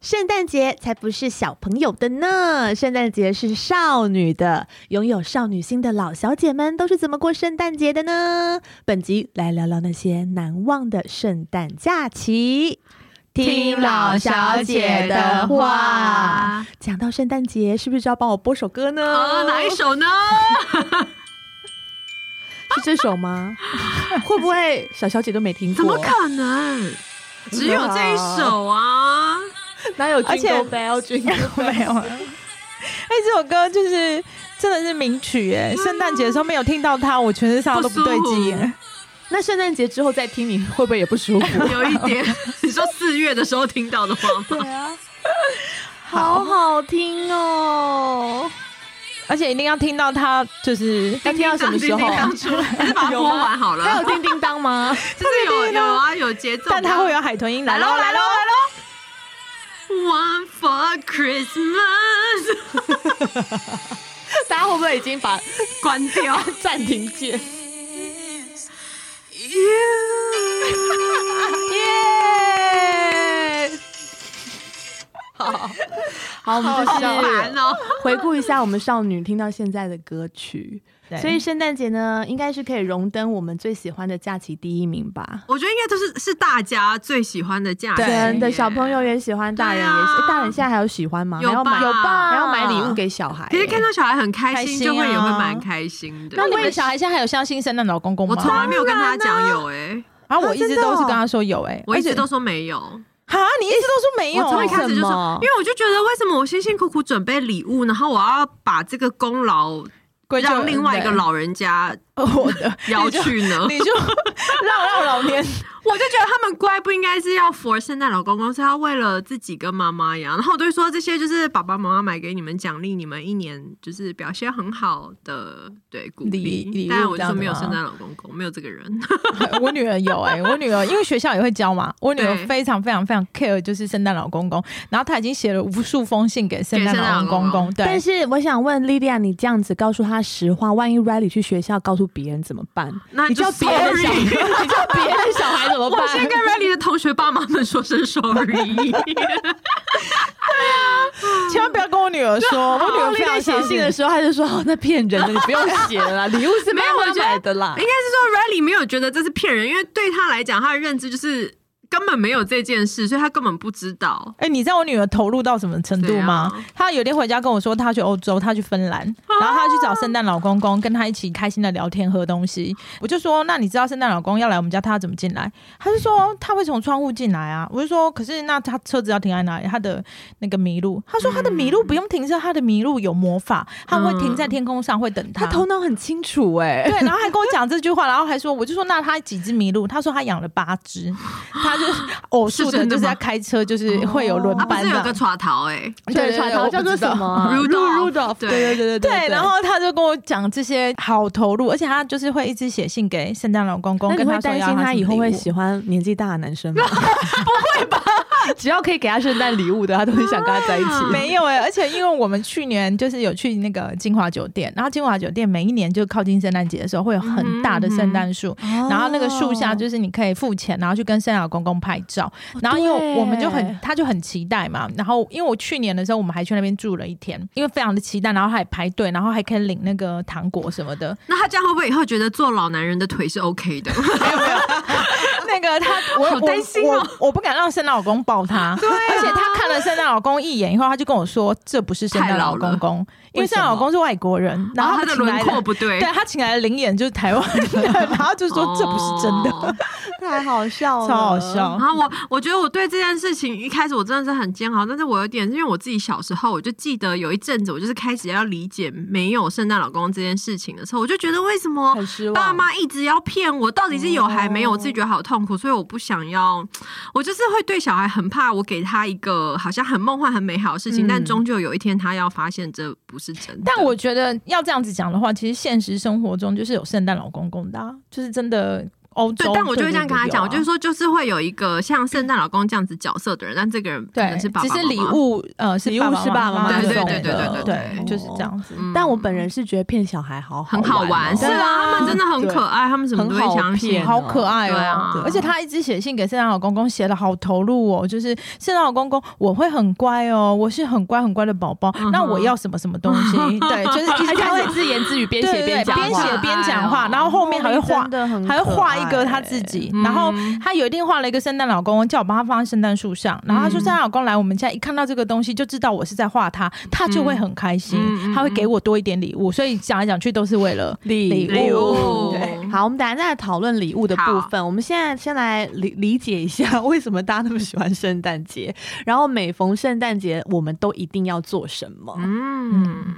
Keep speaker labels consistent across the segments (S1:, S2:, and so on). S1: 圣诞节才不是小朋友的呢，圣诞节是少女的。拥有少女心的老小姐们都是怎么过圣诞节的呢？本集来聊聊那些难忘的圣诞假期。
S2: 听老小姐的话。
S1: 讲到圣诞节，是不是就要帮我播首歌呢？
S2: 啊，哪一首呢？
S1: 是这首吗？ 会不会小小姐都没听过？
S2: 怎么可能？只有这一首啊！
S1: 哪有 Jingle
S3: 而且
S1: Bell Jingle
S3: 没有啊。哎，这首歌就是真的是名曲哎！
S1: 啊
S3: 圣诞节的时候没有听到它，我全身上下都不对劲哎。
S1: 那圣诞节之后再听，你会不会也不舒服？
S2: 有一点，你说四月的时候听到的话吗？
S3: 啊
S1: 好好听哦！
S3: 而且一定要听到它，就是
S1: 要听到什么时候
S3: 啊
S2: 叮？当出来，还是 把它播完好
S1: 还
S2: 了
S1: 有。叮叮当 吗？
S2: 就是有有啊，有节奏的啊，
S3: 但它会有海豚音
S2: 来
S3: 喽
S2: 喽来
S3: 来喽
S2: 喽
S3: 来
S2: 来
S3: 喽！
S2: One for Christmas，
S1: 大家会不会已经把
S2: 关 掉。
S1: 暂停键？耶！好，好，啊我们就
S2: 好
S1: 是
S2: 烦哦！
S1: 回顾一下我们少女听到现在的歌曲。
S3: 对
S1: 所以圣诞节呢，应该是可以荣登我们最喜欢的假期第一名吧。
S2: 我觉得应该都是是大家最喜欢的假期，
S3: 对
S1: 真的，小朋友也喜欢，大人也喜、哎
S2: 对啊
S1: 诶大人现在还有喜欢吗？
S2: 有
S1: 还要买，
S2: 吧有吧
S1: 还要买礼物给小孩、
S2: 其实看到小孩很开
S3: 开
S2: 心，
S3: 心
S2: 就会也会
S3: 啊
S2: 蛮开心的。
S3: 那你们小孩现在还有相信圣诞老公公
S2: 我
S3: 吗？
S2: 从来没有跟他讲有哎，
S3: 然啊后我一直都是跟他说有哎，
S2: 我一直都
S3: 啊，
S2: 说没有。
S3: 你一直都说没有，
S2: 我从一开始就
S1: 为什
S2: 说
S1: 么，
S2: 因为我就觉得为什么我辛辛苦苦准备礼物，然后我要把这个功劳
S3: 归咎
S2: 让另外一个老人家
S3: 我的
S2: 要去呢？
S3: 你就 绕绕老 年，
S2: 我就觉得他们乖不应该是要 for 圣诞老公公，是要为了自己跟妈妈呀。然后我都会说这些就是爸爸妈妈买给你们奖励，你们一年就是表现很好的对鼓
S3: 礼
S2: 励
S3: 礼物。
S2: 但我就说没有
S3: 这样子
S2: 圣
S3: 吗
S2: 诞老公公，没有这个人。
S3: 我女儿有哎、我女儿因为学校也会教嘛，我女儿
S2: 对
S3: 非常非常非常 care 就是圣诞老公公，然后她已经写了无数封信给圣诞
S2: 给
S3: 老公
S2: 圣诞老
S3: 公，
S1: 但
S3: 对，
S1: 是我想问莉莉亚，你这样子告诉他实话，万一 Riley 去学校告诉别人怎么办？
S2: 那
S1: 你
S2: 就
S1: 叫别人小
S2: sorry
S1: 你叫别人小孩怎么
S2: 我
S1: 办？
S2: 先跟 Riley 的同学爸妈们说声 sorry。
S3: 千万不要跟我女儿说，我女
S2: 哦
S3: 儿非
S1: 莉
S3: 常
S1: 莉
S3: 相
S1: 写
S3: 信
S1: 信的时候，他就说：“哦，那骗人的，你不用写了啦，礼物是妈
S2: 没有我
S1: 妈
S2: 觉得
S1: 买的啦
S2: 应。该是说 Riley 没有觉得这是骗人，因为对他来讲，他的认知就是根本没有这件事，所以他根本不知道。
S3: 哎、你知道我女儿投入到什么程度吗？
S2: 对啊
S3: 她有一天回家跟我说，她去欧洲，她去芬兰，
S2: 啊
S3: 然后她去找圣诞老公公，跟她一起开心的聊天喝东西。我就说，那你知道圣诞老公要来我们家，他要怎么进来？她就说他会从窗户进来啊。我就说，可是那他车子要停在哪里？他的那个麋鹿，她说
S2: 嗯
S3: 他的麋鹿不用停车，他的麋鹿有魔法，他会停在天空上，会等
S1: 他头脑很清楚哎、
S3: 对，然后还跟我讲这句话，然后还说，我就说那他几只麿鹿？他说他养了八只，他就偶
S2: 是
S3: 数的，
S2: 真的
S3: 就是
S2: 吗
S3: 要开车，就是会有轮
S2: 他不
S3: 班
S2: 是有个
S3: 的。
S2: 耍逃哎
S1: 对，传
S3: 我
S1: 头
S3: 不
S1: 叫做
S3: 知道
S1: 什么啊
S2: Rudolph，
S1: Rudolph，
S2: 对
S1: 对对对
S3: 对，然后他就跟我讲这些好投入，而且他就是会一直写信给圣诞老公公，
S1: 那你
S3: 跟
S1: 会
S3: 说
S1: 担
S3: 要
S1: 心
S3: 他
S1: 他
S3: 什么
S1: 以后会
S3: 礼物
S1: 喜欢年纪大的男生吗？不会吧？只要可以给他圣诞礼物的，他都会想跟他在一起。
S3: 没有哎、而且因为我们去年就是有去那个金华酒店，然后金华酒店每一年就靠近圣诞节的时候会有很大的圣诞树，
S1: 嗯
S3: 然后那个树
S1: 哦
S3: 下就是你可以付钱，然后去跟圣诞老公公拍照。然后因为我们就
S1: 对
S3: 很，他就很期待嘛。然后因为我去年的时候，我们还去那边住了一天，因为非常的期待，然后还排队，然后还可以领那个糖果什么的。
S2: 那他这样会不会以后觉得做老男人的腿是 OK 的？
S3: 那个他，我
S2: 好担心
S3: 我
S2: 哦啊
S3: 我我不敢让圣诞老公抱 他，而且他看了圣诞老公一眼以后，他就跟我说这不是圣诞老公公，因为圣诞老公是外国人，然后
S2: 哦他
S3: 们
S2: 的
S3: 请
S2: 轮
S3: 来
S2: 廓不对，
S3: 对他请来的灵眼就是台湾 人，然后就说这不是真的，
S2: 哦
S1: 太好笑
S3: 超好。笑
S2: 然。后我我觉得我对这件事情一开始我真的是很煎熬，但是我有点因为我自己小时候，我就记得有一阵子我就是开始要理解没有圣诞老公公这件事情的时候，我就觉得为什么
S1: 很失望
S2: 爸妈一直要骗我，到底是有还
S1: 哦
S2: 没有，我自己觉得好痛苦，所以我不想要，我就是会对小孩很怕，我给他一个好像很梦幻、很美好的事情，
S1: 嗯
S2: 但终究有一天他要发现这不是真的。
S3: 但我觉得要这样子讲的话，其实现实生活中就是有圣诞老公公的、啊，就是真的欧
S2: 对
S3: 洲，，
S2: 但我就会这样跟他
S1: 啊
S2: 讲，我就是
S3: 是
S2: 说，就是会有一个像圣诞老公这样子角色的人，但这个人可能
S3: 对，
S2: 是爸爸
S3: 只
S2: 妈妈
S3: 是礼，物，呃，是
S1: 礼物是爸爸妈
S3: 妈
S2: 妈
S3: 送
S2: 对对
S3: 的
S2: 对对对对
S3: 对，就是这样子。
S2: 嗯
S1: 但我本人是觉得骗小孩好
S2: 很好玩，
S1: 哦
S2: 是啊，他们真的很可爱，他们什么都会相
S1: 很
S2: 信
S1: 骗。
S3: 好可爱
S2: 对
S3: 哦、
S2: 啊
S3: 而且他一直写信给圣诞老公公，写的好投入哦。就是圣诞老公公，我会很乖哦，我是很乖很乖的宝宝。
S2: 嗯哼
S3: 那我要什么什么东西？ 对，就是一直
S1: 而且他
S3: 开始
S1: 会自言自语，边
S3: 对
S1: 写
S3: 对对
S1: 边讲话，
S3: 边写边讲话，
S2: 哦
S3: 然后后面还会画
S1: 真，的很
S3: 还会画一个他
S1: 可爱
S3: 自己
S2: 嗯。
S3: 然后他有一天画了一个圣诞老公，叫我帮他放在圣诞树上。然后他说，
S2: 嗯
S3: 圣诞老公来我们家一看到这个东西，就知道我是在画他，他就会很开心
S2: 嗯嗯嗯，
S3: 他会给我多一点礼物。所以讲来讲去都是为了
S1: 礼
S2: 哎
S3: 礼
S2: 物
S1: 哦对好，我们等一下再来讨论礼物的部分。我们现在先来理理解一下 为什么大家那么喜欢圣诞节，然后每逢圣诞节我们都一定要做什么？
S2: 嗯，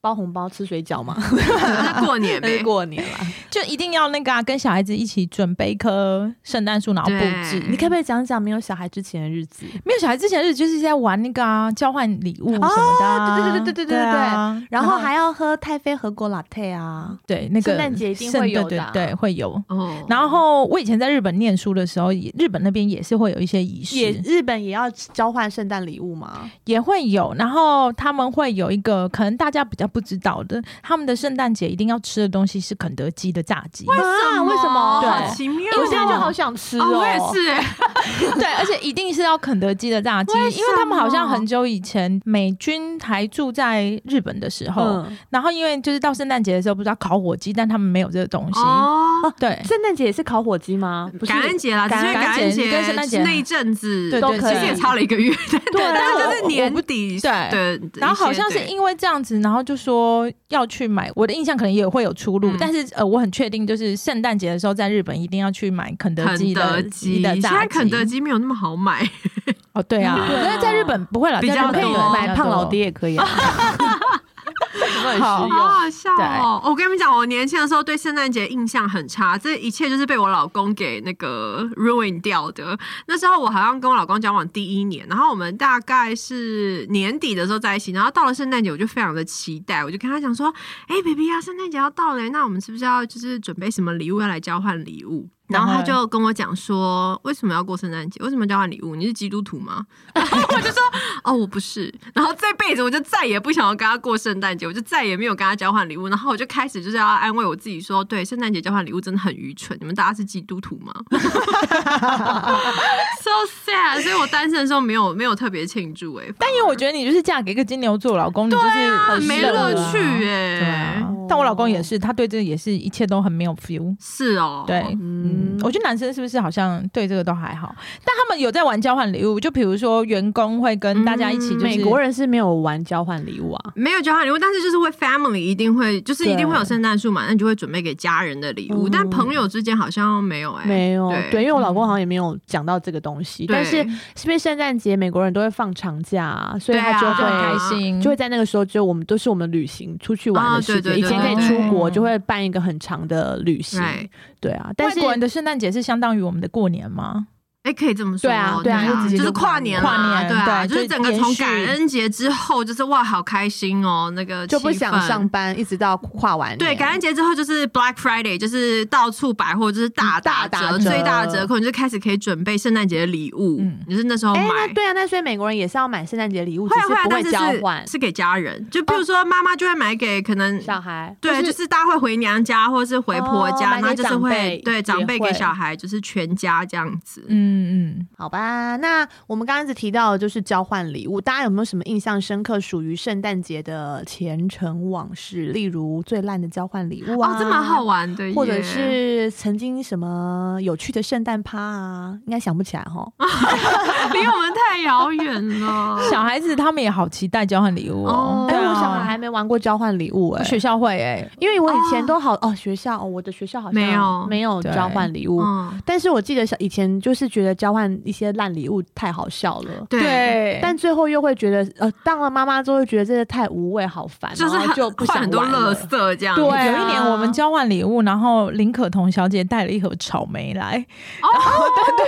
S1: 包红包、吃水饺吗？
S2: 那是过 年
S1: 那
S2: 呗
S1: 是，过年啦。
S3: 就一定要那个啊，跟小孩子一起准备一棵圣诞树，然后布置。
S2: 对
S1: 你可不可以讲讲没有小孩之前的日子？
S3: 没有小孩之前日子就是在玩那个啊，交换礼物什么的啊、
S1: 哦对对对对对对对
S3: 啊
S1: 然后还要喝太妃和果 latte 啊，
S3: 对那个
S1: 圣诞节一定会有的啊
S3: 圣对对对会有。
S2: 哦，
S3: 然后我以前在日本念书的时候，也日本那边也是会有一些仪式，
S1: 也日本也要交换圣诞礼物吗？
S3: 也会有。然后他们会有一个可能大家比较不知道的，他们的圣诞节一定要吃的东西是肯德基的炸鸡。
S1: 啊为什么
S3: 对
S2: 好奇妙哦，
S1: 因为现在就好想吃
S2: 哦，
S1: 哦，
S2: 我也是哎，
S3: 对，而且一定是要肯德基的炸鸡，
S2: 为什
S3: 因为他们好像
S2: 么
S3: 很久以前美军还住在日本的时候，
S1: 嗯，
S3: 然后因为就是到圣诞节的时候，不知道烤火鸡，但他们没有这个东西。
S2: 哦，
S3: 对
S1: 圣诞节也是烤火鸡吗？不是
S2: 感恩节啦，只
S1: 感
S2: 是因为感
S3: 感
S2: 恩
S3: 恩
S2: 节
S3: 节跟圣诞节
S2: 那一阵子
S3: 对
S1: 对
S2: 其实也
S1: 对
S2: 差了一个月，
S1: 对啊，
S2: 但
S3: 但
S2: 是
S3: 是
S2: 就
S3: 我
S2: 是年底
S3: 对
S2: 对，
S3: 然后好像是因为这样子，然后就说要去买。我的印象可能也会有出入，
S2: 嗯
S3: 但是呃，我很确定就是圣诞节的时候在日本一定要去买肯德
S2: 肯
S3: 基
S2: 德
S3: 的
S2: 基，
S3: 的
S2: 现
S3: 炸
S2: 在
S3: 鸡。
S2: 肯德基没有那么好买，
S3: 哦，对啊，
S1: 对啊
S3: 但是在日本不会啦，
S2: 比较
S3: 在日
S1: 可
S3: 本
S1: 以
S2: 多
S3: 有
S1: 买胖老爹。也可以啊，有没有很实
S3: 好
S2: 好
S1: 用？
S2: 好笑哦！我跟你们讲，我年轻的时候对圣诞节印象很差，这一切就是被我老公给那个 ruin 掉的。那时候我好像跟我老公交往第一年，然后我们大概是年底的时候在一起，然后到了圣诞节我就非常的期待，我就跟他讲说：“哎、b a b y 啊，圣诞节要到了，那我们是不是要就是准备什么礼物要来交换礼物？”然后他
S3: 然
S2: 就跟我讲说：“为什么要过圣诞节？为什么要交换礼物？你是基督徒吗？”哦，我不是。然后这辈子我就再也不想要跟他过圣诞节，我就再也没有跟他交换礼物。然后我就开始就是要安慰我自己说，对，圣诞节交换礼物真的很愚蠢。你们大家是基督徒吗？So sad。所以我单身的时候没有没有特别庆祝哎、
S3: 但因为我觉得你就是嫁给一个金牛座老公，你就是
S2: 反而
S3: 很
S2: 没
S3: 适合
S2: 乐
S3: 啊
S2: 趣哎、
S3: 对啊，但我老公也是，他对这个也是一切都很没有 feel。
S2: 是哦，
S3: 对，
S1: 嗯
S3: 嗯，我觉得男生是不是好像对这个都还好？但他们有在玩交换礼物，就比如说员工会跟大家一起，就是、
S1: 嗯美国人是没有玩交换礼物啊，
S2: 没有交换礼物，但是就是会 family 一定会，就是一定会有圣诞树嘛，那你就会准备给家人的礼物。
S1: 嗯
S2: 但朋友之间好像没有哎、
S1: 没有
S2: 对，
S1: 对，因为我老公好像也没有讲到这个东西，
S2: 对
S1: 但是是因为圣诞节美国人都会放长假啊，所以他就
S2: 对啊
S3: 就很
S1: 会
S3: 开心，
S1: 就会在那个时候，就我们都是我们旅行出去玩
S2: 啊
S1: 的时间。
S2: 对对
S1: 以
S2: 对
S1: 前可以
S2: 对
S1: 出国，
S3: 对
S1: 就会办一个很长的旅行
S2: Right。
S1: 对啊，但
S3: 外
S1: 是
S3: 国人的圣诞节是相当于我们的过年吗？
S2: 哎、可以这么说，
S1: 对啊
S2: 对
S1: 对啊就直接
S2: 就
S1: 就是
S2: 跨年啦，
S3: 跨年
S2: 对啊，
S3: 对
S2: 就是
S3: 就
S2: 整个
S3: 延
S2: 从
S3: 续
S2: 感恩节之后，就是哇，好开心哦，那个
S1: 就不
S2: 气
S1: 想
S2: 氛
S1: 上。班，一直到跨完年
S2: 对，感恩节之后就是 Black Friday，就是到处百货就是大
S1: 嗯大
S2: 打
S1: 打
S2: 折，
S1: 折
S2: 最大的折扣，你就开始可以准备圣诞节的礼物，
S3: 嗯
S2: 你就是那时候
S1: 哎、
S2: 买。
S1: 那对啊，那所以美国人也是要买圣诞节礼物，只
S2: 会啊
S1: 是
S2: 会啊，
S1: 不
S2: 但
S1: 会
S2: 是
S1: 交换
S2: 是是给家人，就比如说妈妈就会买给可能
S1: 小孩，
S2: 对，
S1: 或
S2: 就是是大家会回娘家或者是回婆
S1: 哦
S2: 家，
S1: 买
S2: 然后
S1: 给
S2: 就是
S1: 长
S2: 会
S1: 辈
S2: 对长
S1: 也
S2: 辈给
S1: 会
S2: 小孩，就是全家这样子。
S3: 嗯嗯，
S1: 好吧。那我们刚刚一直提到的就是交换礼物，大家有没有什么印象深刻属于圣诞节的前尘往事？例如最烂的交换礼物啊，
S2: 哦，这蛮好。玩的耶，
S1: 或者是曾经什么有趣的圣诞趴啊，应该想不起来哈。
S2: 哦 离我们太遥远了。
S3: 小孩子他们也好期待交换礼物
S2: 哦
S3: 哦。
S1: 哎、
S3: 对啊
S1: 我小孩还没玩过交换礼物哎、
S3: 学校会哎、
S1: 因为我以前都好哦学校哦，我的学校好像
S2: 没有
S1: 没有
S3: 对
S1: 交换礼物，
S2: 嗯，
S1: 但是我记得小以前就是觉得交换一些烂礼物太好笑了。
S2: 对，
S3: 欸
S1: 但最后又会觉得，呃，当了妈妈之后会觉得这个太无味，好烦，
S2: 就是
S1: 然后就不
S2: 换
S1: 想
S2: 很多
S1: 玩了
S2: 乐。色这样。
S1: 对啊
S3: 有一年我们交换礼物，然后林可彤小姐带了一盒草莓来，
S2: 哦，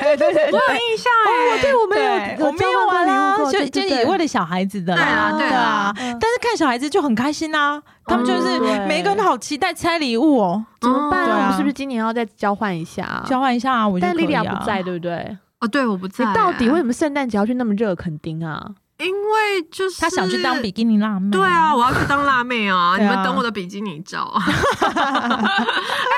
S3: 对对对
S2: 我有印象
S1: 哦，对，我们有，
S3: 对我没有啊啦
S1: 交换过礼物过
S3: 就
S1: 对
S3: 就
S1: 对哦
S3: 也
S1: 对
S3: 为了小孩子的
S2: 对
S3: 啦
S2: 啊，对啊
S3: 啊。但是看小孩子就很开心啊，他们就
S1: 嗯
S3: 是
S1: 对
S3: 每个人都好期待拆礼物
S2: 嗯
S3: 哦，
S1: 怎么办？
S3: 对啊
S1: 我们是不是今年要再交换一下啊？
S3: 交换一下啊，我觉得
S1: 但
S3: 可以
S1: 莉
S3: 啊
S1: 莉亚不在，对不对？
S2: 哦，对，我不在
S1: 你
S2: 欸、
S1: 到底为什么圣诞节要去那么热垦丁啊？
S2: 因为就是
S3: 他想去当比。基尼辣妹，
S2: 对啊，，我要去当辣妹 啊！
S3: 对
S2: 你
S3: 啊
S2: 们等我的比基尼照。 哎、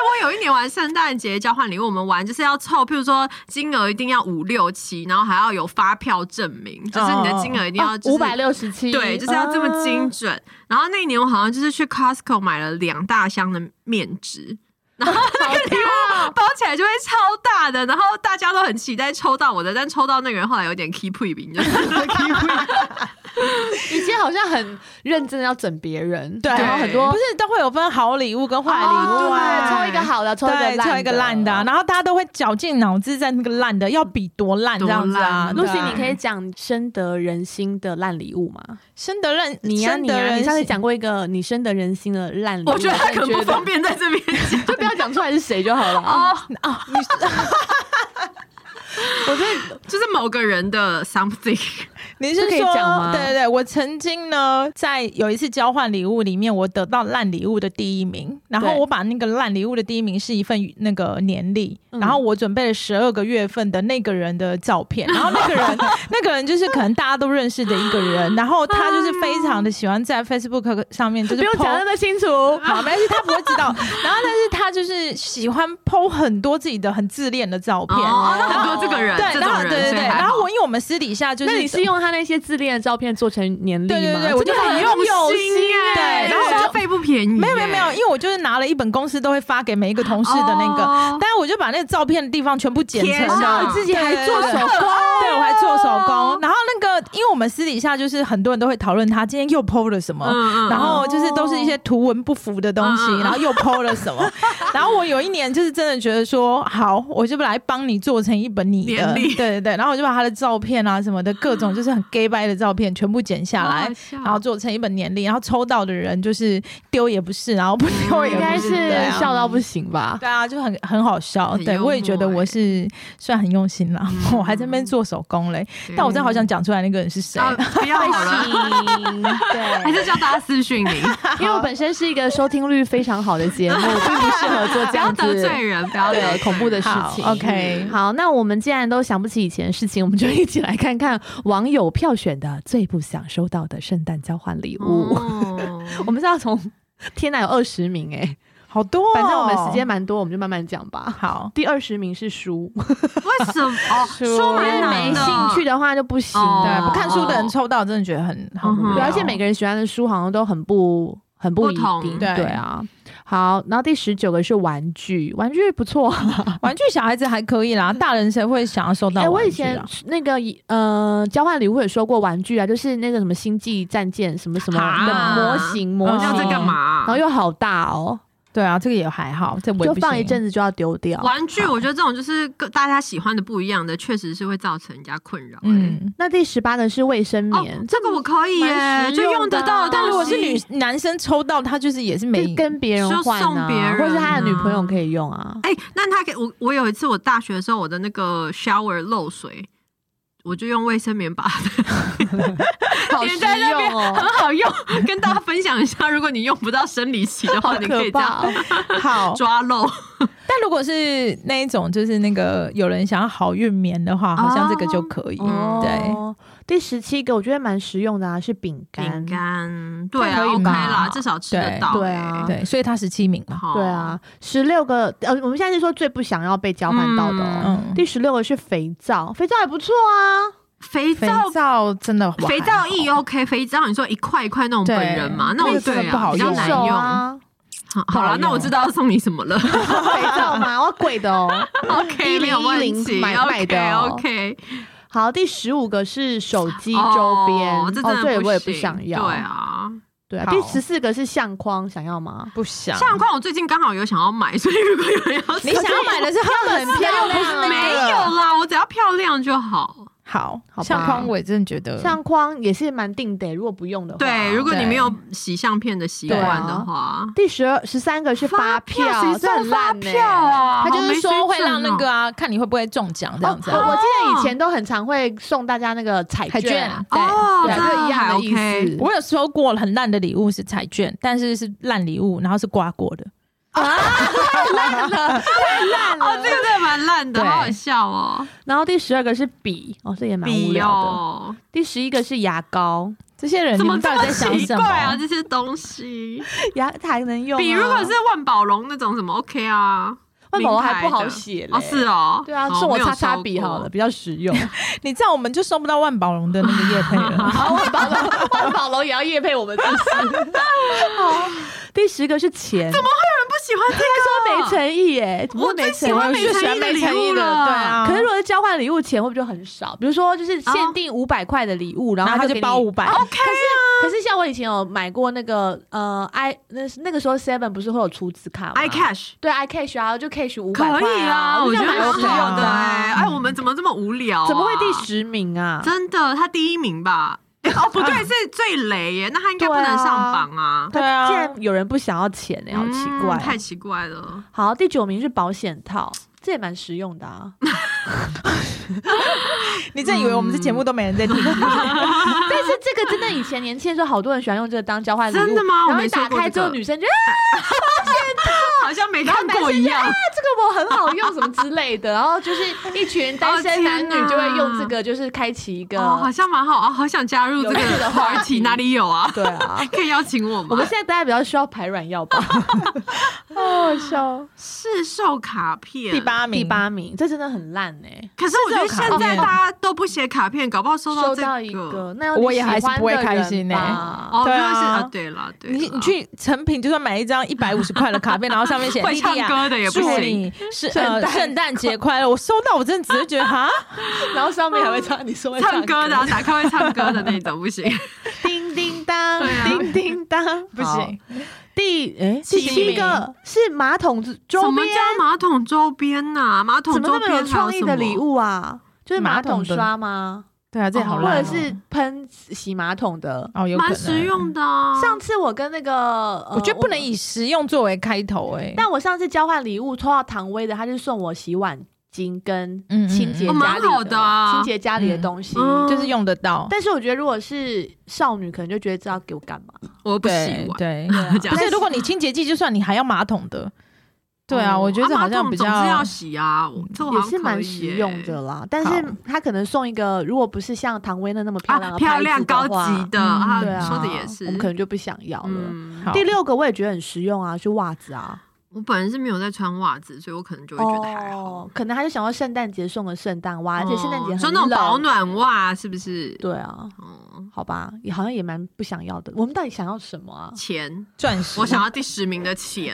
S2: 我有一年玩圣诞节交换礼物，我们玩就是要凑，譬如说金额一定要五六七，然后还要有发票证明，就是你的金额一定要就是
S1: 哦啊五百六十七，啊
S2: 对，就是要这
S3: 啊
S2: 么精准。然后那一年我好像就是去 Costco 买了两大箱的面纸。然后那个礼
S3: 哦
S2: 物包起来就会超大的，然后大家都很期待抽到我的，但抽到那个人后来有点 keep 不赢， 就是
S1: 以前好像很认真的要整别人，
S3: 对
S1: 然后啊很多
S3: 不是都会有分好礼物跟坏
S1: 哦
S3: 礼物啊，
S1: 对抽一个好的，抽一个烂
S3: 对，
S1: 的，
S3: 抽一个烂的啊，然后大家都会绞尽脑汁在那个烂的要比多烂这样子啊。
S2: 多
S1: 露
S2: 烂
S1: 西
S3: 对，啊
S1: 你可以讲深得人心的烂礼物吗？
S3: 深得人，
S1: 你呀、
S3: 深
S1: 你
S3: 得
S1: 呀、
S3: 人
S1: 你上次
S3: 心
S1: 讲过一个你深得人心的烂礼物，
S2: 我觉得他可能
S1: 你
S2: 不方便在这边讲。
S1: 就不要讲出来是谁就好了。
S2: 哦，
S3: 啊，你
S1: 我觉得
S2: 就是某个人的 something，
S3: 你是
S1: 这可以
S3: 说
S1: 讲吗
S3: 对对对，我曾经呢，在有一次交换礼物里面，我得到烂礼物的第一名，然后
S1: 对
S3: 我把那个烂礼物的第一名是一份那个年历，
S1: 嗯
S3: 然后我准备了十二个月份的那个人的照片，然后那 个人那个人就是可能大家都认识的一个人，然后他就是非常的喜欢在 Facebook 上面就是
S1: 啊
S3: 啊
S1: 不用
S3: po
S1: 讲那么清楚，
S3: 好，没关系，他不会知道。然后，但是他就是喜欢 PO 很多自己的很自恋的照片。
S2: 哦，那很多这个人，
S3: 啊对，
S2: 这
S3: 然
S2: 种
S3: 后
S2: 人，
S3: 对对
S2: 所
S3: 对，
S2: 以还好
S3: 然后我因为我们私底下就是，
S1: 那你是用他那些自恋的照片做成年历吗？
S3: 对对对我
S1: 真
S3: 就
S1: 的
S3: 很
S1: 很
S3: 用
S1: 有
S2: 心
S1: 欸
S2: 哎
S3: 对然后我就
S2: 消费不便宜，
S3: 没有没有没有，因为我就是拿了一本公司都会发给每一个同事的那个，
S2: 哦
S3: 但是我就把那个照片的地方全部剪
S2: 贴
S3: 成
S2: 上
S1: 哦，你自己还做手工，
S3: 对，哦我还做手工。然后那个，因为我们私底下就是很多人都会讨论他今天又 PO 了什么，
S2: 嗯嗯
S3: 然后就是都是一些图文不符的东西，
S2: 嗯嗯嗯
S3: 然后又 PO 了什 么。然后我有一年就是真的觉得说，好，我就来帮你做成一本你的，
S2: 年历
S3: 对对对。然后我就把他的照片啊什么的各种就是很 gay bye 的照片全部剪下
S2: 好
S3: 来
S2: 好，笑
S3: 然后做成一本年历，然后抽到的人就是丢也不是，然后不丢
S1: 嗯
S3: 也
S1: 应
S3: 不
S1: 该
S3: 是，
S1: 是
S3: 对啊
S1: 笑到不行 吧？
S3: 对啊，就很很好笑。
S2: 很
S3: 对
S2: 幽默
S3: 我也觉得我
S1: 欸
S3: 是算很用心啦，
S1: 嗯
S3: 我还在那边做手工嘞。但我真的好想讲出来那个人是谁。
S2: 啊不要好了，
S1: 行，
S2: 还
S1: 对，
S2: 是叫大家私讯你，
S1: 因为我本身是一个收听率非常好的节目，并不适合做
S2: 不
S1: 这
S2: 要
S1: 样
S2: 得
S1: 子
S2: 罪人，不要得罪
S1: 对
S2: 人
S1: 恐怖的事
S3: 好
S1: 情。嗯
S3: ，OK，
S1: 好，那我们既然都想不起以前的事情，我们就一起来看看网友票选的最不想收到的圣诞交换礼物。
S2: 哦
S1: 我们是要从天哪，有二十名哎、
S3: 好多哦。
S1: 反正我们时间蛮多，我们就慢慢讲吧。
S3: 好，
S1: 第二十名是书，
S2: 为什么？ 哦，
S3: 书
S2: 书
S1: 因
S2: 蛮
S1: 为
S2: 难
S1: 没
S2: 的，
S1: 兴趣的话就不行
S2: 哦
S3: 对
S1: 的，
S3: 不看书的人抽到，真的觉得很很无
S1: 嗯对，
S3: 聊。
S1: 而且每个人喜欢的书好像都很不很不一
S2: 不同
S1: 定，
S3: 对
S1: 对啊。好，然后第十九个是玩具，玩具不错。
S3: 玩具小孩子还可以啦，大人谁会想要收到
S1: 哎、我以
S3: 玩具
S1: 前
S3: 啊？
S1: 那个呃，交换礼物也说过玩具啊，就是那个什么星际战舰什么什么
S2: 啊
S1: 的模型，模
S3: 嗯
S1: 型
S2: 要这干嘛
S1: 然后？又好大哦，
S3: 对啊，这个也还好，这我也
S1: 就
S3: 不
S1: 放一
S3: 行
S1: 阵子就要丢掉。
S2: 玩具，我觉得这种就是各大家喜欢的不一样的，确实是会造成人家困扰。嗯，
S3: 嗯，
S1: 那第十八个是卫生
S2: 哦
S1: 棉，，
S2: 这个我可以耶
S1: 蛮，实
S2: 就
S1: 用的
S2: 用得到的东西。
S3: 但如果是女男生抽到，他就是也是
S1: 啊就
S3: 没
S1: 跟别人
S2: 就
S1: 换
S2: 送
S1: 啊，
S2: 别人
S1: 或是他的女朋友
S2: 啊
S1: 可以用啊。
S2: 哎、那他给我，我有一次我大学的时候，我的那个 shower 漏水，我就用卫生棉把它，
S1: 好
S2: 别
S1: 实
S2: 人在那边
S1: 用哦，
S2: 很好用，跟大家分享一下。如果你用不到生理期的话，你可以
S1: 可
S2: 这
S1: 怕
S2: 样
S1: 哦。
S3: 好。
S2: 抓漏。
S3: 但如果是那一种，就是那个有人想要好运棉的话，好像这个就可以。
S2: 哦
S3: 对，
S1: 哦，第十七个我觉得蛮实用的啊，是饼干。
S2: 饼干，对啊
S1: 可以
S2: ，OK
S1: 吧
S2: 啦，至少吃得到、
S1: 对啊
S2: 哎
S3: 对，所以他十七名嘛。
S2: 好
S1: 对啊，，十六个呃，我们现在是说最不想要被交换到的、哦。
S3: 嗯，
S1: 第十六个是肥皂，肥皂还不错啊。
S2: 肥
S3: 肥
S2: 皂。
S3: 皂真的
S2: 肥皂液 OK，肥皂你说一块一块那种
S3: 对
S2: 本人嘛，那
S3: 那
S2: 种
S3: 个真的
S2: 对
S3: 不
S2: 啊，
S3: 好
S2: 比较
S3: 用
S2: 难
S1: 手
S2: 用。
S1: 啊，
S2: 好好啦，那我知道要送你什么了。
S1: 肥皂吗？我贵的哦。
S2: OK，没有问
S1: 1010
S2: 题。
S1: 买卖的哦
S2: OK，
S1: 好，第十五个是手机周边，
S2: 哦，这真的
S1: 对我也
S2: 不
S1: 不
S2: 行
S1: 想要。
S2: 对啊，
S1: 对啊，
S3: 好
S1: 第十四个是相框，想要吗？
S3: 不想
S2: 相框我最近刚好有想要买，所以如 果有人要送
S3: 你想要买的是赫本
S1: 很漂亮
S3: 又不是
S1: 啊
S3: 那个
S2: 没有啦，我只要漂亮就好。
S3: 好，
S1: 好吧
S3: 相框我也真的觉得，
S1: 相框也是蛮定的，如果不用的话，
S2: 呃对，如果你
S3: 对
S2: 没有洗相片的习惯的话，
S1: 第十二十三个是啊发
S2: 谁
S1: 票，这
S2: 送
S1: 很
S2: 发
S1: 烂呢、哦
S2: 票啊？
S3: 欸他就
S2: 好没
S3: 是说会
S2: 水准
S3: 让那
S2: 哦
S3: 个啊，看你会不会中奖这样子啊、
S1: 哦我我记得以前都很常会送大家那个彩
S3: 彩
S1: 券
S3: 券
S1: 啊，
S3: 对
S2: 哦，
S1: 对，
S2: 这
S1: 就
S2: 样
S1: 一样
S2: 还
S1: 的意
S2: OK
S1: 思。
S3: 我有收过很烂的礼物是彩券，但是是烂礼物，然后是刮过的。
S2: 哦，这个真的蛮烂的，
S3: 对
S2: 好好笑哦，
S1: 然后第十二个是笔，哦，这也蛮无
S2: 笔
S1: 聊的。
S2: 哦，
S1: 第十一个是牙膏，
S3: 这些
S1: 哎
S3: 人
S2: 怎
S3: 你
S2: 么
S3: 们
S2: 这
S3: 到底
S2: 么
S3: 在想
S2: 奇
S3: 什
S2: 怪
S3: 么？
S2: 啊？这些东西，
S1: 牙才能用、啊。
S2: 笔如果是万宝龙那种什么 OK 啊，
S1: 万宝龙还不
S2: 名牌
S1: 好
S2: 的
S1: 写嘞
S2: 哦，是哦，
S1: 对啊，
S2: 哦
S1: 送我
S2: 没有
S1: 擦擦
S2: 收
S1: 笔好
S2: 过
S1: 了，比较实 用。
S3: 你这样我们就收不到万宝龙的那个叶配了。
S1: 好，万宝龙，万宝龙也要夜配我们，是不是？ 好，第十个是钱，怎么
S2: 不喜欢这
S1: 说
S2: 个，
S1: 没诚意耶？怎么
S2: 我
S1: 会没
S2: 最
S1: 诚
S2: 喜
S1: 意？
S2: 欢没
S3: 就喜欢
S2: 诚意的
S3: 没
S2: 礼
S3: 诚意
S2: 物
S3: 的
S2: 了，
S3: 对啊
S1: 可是如果是交换礼物，钱会不会就很少？比如说，就是限
S2: 哦
S1: 定五百块的礼物，然
S3: 然
S1: 后
S3: 后他
S1: 就哦
S3: 就包五百、
S2: ，OK
S1: 可是像我以前有买过那个呃 i 那那个时候 seven 不是会有储值卡吗
S2: i cash。
S1: 对 i cash 啊，就 cash 五
S2: 可
S1: 百块
S2: 以啊，我
S1: 就
S2: 觉
S1: 这
S2: 得
S1: 样
S2: 蛮
S1: 蛮实
S2: 好
S1: 用
S2: 的
S1: 啊
S2: 哎、哎，我们怎么这么无聊、啊？
S1: 怎么会第？十名啊？
S2: 真的，他第一 名吧？哦，不 对，是最雷耶，那他应该不
S1: 对啊
S2: 能上榜啊。
S1: 他
S3: 对啊
S1: 竟然有人不想要钱呢、好
S2: 嗯
S1: 奇怪、哦
S2: 太奇怪了。
S1: 好，第九名是保险套，这也蛮实用的 啊。
S3: 你真以为我们这节目都没 人在听？
S1: 但是这个真的以前年轻的时候，好多人喜欢用这个当交换礼物。
S2: 真的吗
S1: 然
S2: 我
S1: 后
S2: 没
S1: 你打
S2: 收过
S1: 开
S2: 这
S1: 之后，
S2: 个
S1: 女生觉得啊，
S2: 好像没看过一样。
S1: 这个我很好用，什么之类的。然后就是一群单身男女就会用这个，就是开启一个。
S2: 哦，好像蛮好啊，好想加入这
S1: 有趣的
S2: 个
S1: 话题
S2: party，哪里有啊？
S1: 对 啊，
S2: 可以邀请我
S1: 我们
S2: 吗？
S1: 现在大家比较需要排卵药 吧？好好笑。
S2: 市售卡片
S3: 第，八名，
S1: 第，八名，这真的很烂哎、
S2: 可是我觉得现在大家都不写卡片，搞不好收
S1: 收
S2: 哦这
S1: 到一
S2: 个。
S1: 个，那要
S3: 我也还是
S1: 喜欢
S3: 不会
S1: 的人
S3: 开心欸
S1: 吧
S2: 哦，
S3: 对
S2: 对
S3: 啊
S2: 是啊，对了，对啦
S3: 你你去成品就算买一张一百五十块的卡片，然后上面写
S2: 会
S3: 莉
S2: 唱
S3: 莉亚
S2: 歌的也不
S3: 祝
S2: 行
S3: 你是
S1: 圣
S3: 呃
S1: 诞
S3: 圣诞节快乐。我收到，我真的只是觉得哈，
S1: 然后上面还会唱，你说会
S2: 唱歌的啊，打开会唱歌的那种不行。
S1: 叮叮当，
S2: 对啊
S1: 叮叮当，
S3: 不
S1: 好
S3: 行。。
S1: 第哎，第
S3: 七
S1: 七个是马桶周
S2: 什
S1: 周
S2: 么
S1: 边，
S2: 叫马桶周边呐？马桶
S1: 怎么
S2: 周
S1: 那么
S2: 边
S1: 有创意的礼
S2: 还有什么？
S1: 物啊？就是马
S3: 马桶
S1: 桶
S3: 的
S1: 刷吗？
S3: 对啊，这也好
S2: 哦
S1: 或
S3: 烂、
S1: 者
S3: 哦，
S1: 是喷洗马桶的？
S3: 哦，有可能
S2: 蛮实。用的啊。
S1: 上次我跟那个，呃
S3: 我觉得不能。以实用作为开头、哎，
S1: 但我上次交换礼物抽到唐威的，他就送我洗碗巾跟
S3: 嗯嗯
S1: 清洁
S2: 哦蛮
S1: 家里
S2: 好的啊
S1: 清洁家里的东西。
S2: 嗯
S3: 就是用得到。
S1: 但是我觉得如果是少女，可能就觉得这要给我干嘛？
S2: 我不喜
S3: 对
S1: 啊
S2: 欢。
S3: 对，
S2: 这
S3: 而
S2: 样
S3: 且如果你清洁剂，就算你还要马桶的，对啊，
S1: 哦
S3: 我觉得这
S2: 啊
S3: 好
S2: 马
S3: 像
S2: 桶
S3: 比
S2: 总是
S3: 较
S2: 要洗啊，我这我好
S1: 嗯也
S2: 像
S1: 是蛮
S2: 可以
S1: 实
S2: 耶
S1: 用的啦，但
S3: 好
S1: 是他可能送一个，如果不是像唐薇那那么漂亮
S2: 啊，
S1: 的、
S2: 漂亮高级，的
S3: 嗯
S2: 啊
S1: 对啊，，
S2: 说的也是。
S1: 我们可能就不想要了。
S2: 嗯
S3: 好
S1: 第六个我也觉得很实用啊，是袜子啊，
S2: 我本人是没有在穿袜子，所以我可能就会觉得还好。
S1: 哦，可能他就想要圣诞节送个圣诞袜，而且圣诞节
S2: 哦
S1: 很
S2: 说那种
S1: 冷
S2: 保，暖袜是不是？
S1: 对啊，
S2: 哦，？
S1: 好吧，也好像也蛮不想要的。我们到底想要什么啊
S2: 钱，
S3: 钻 石。
S2: 我想要第十名的钱。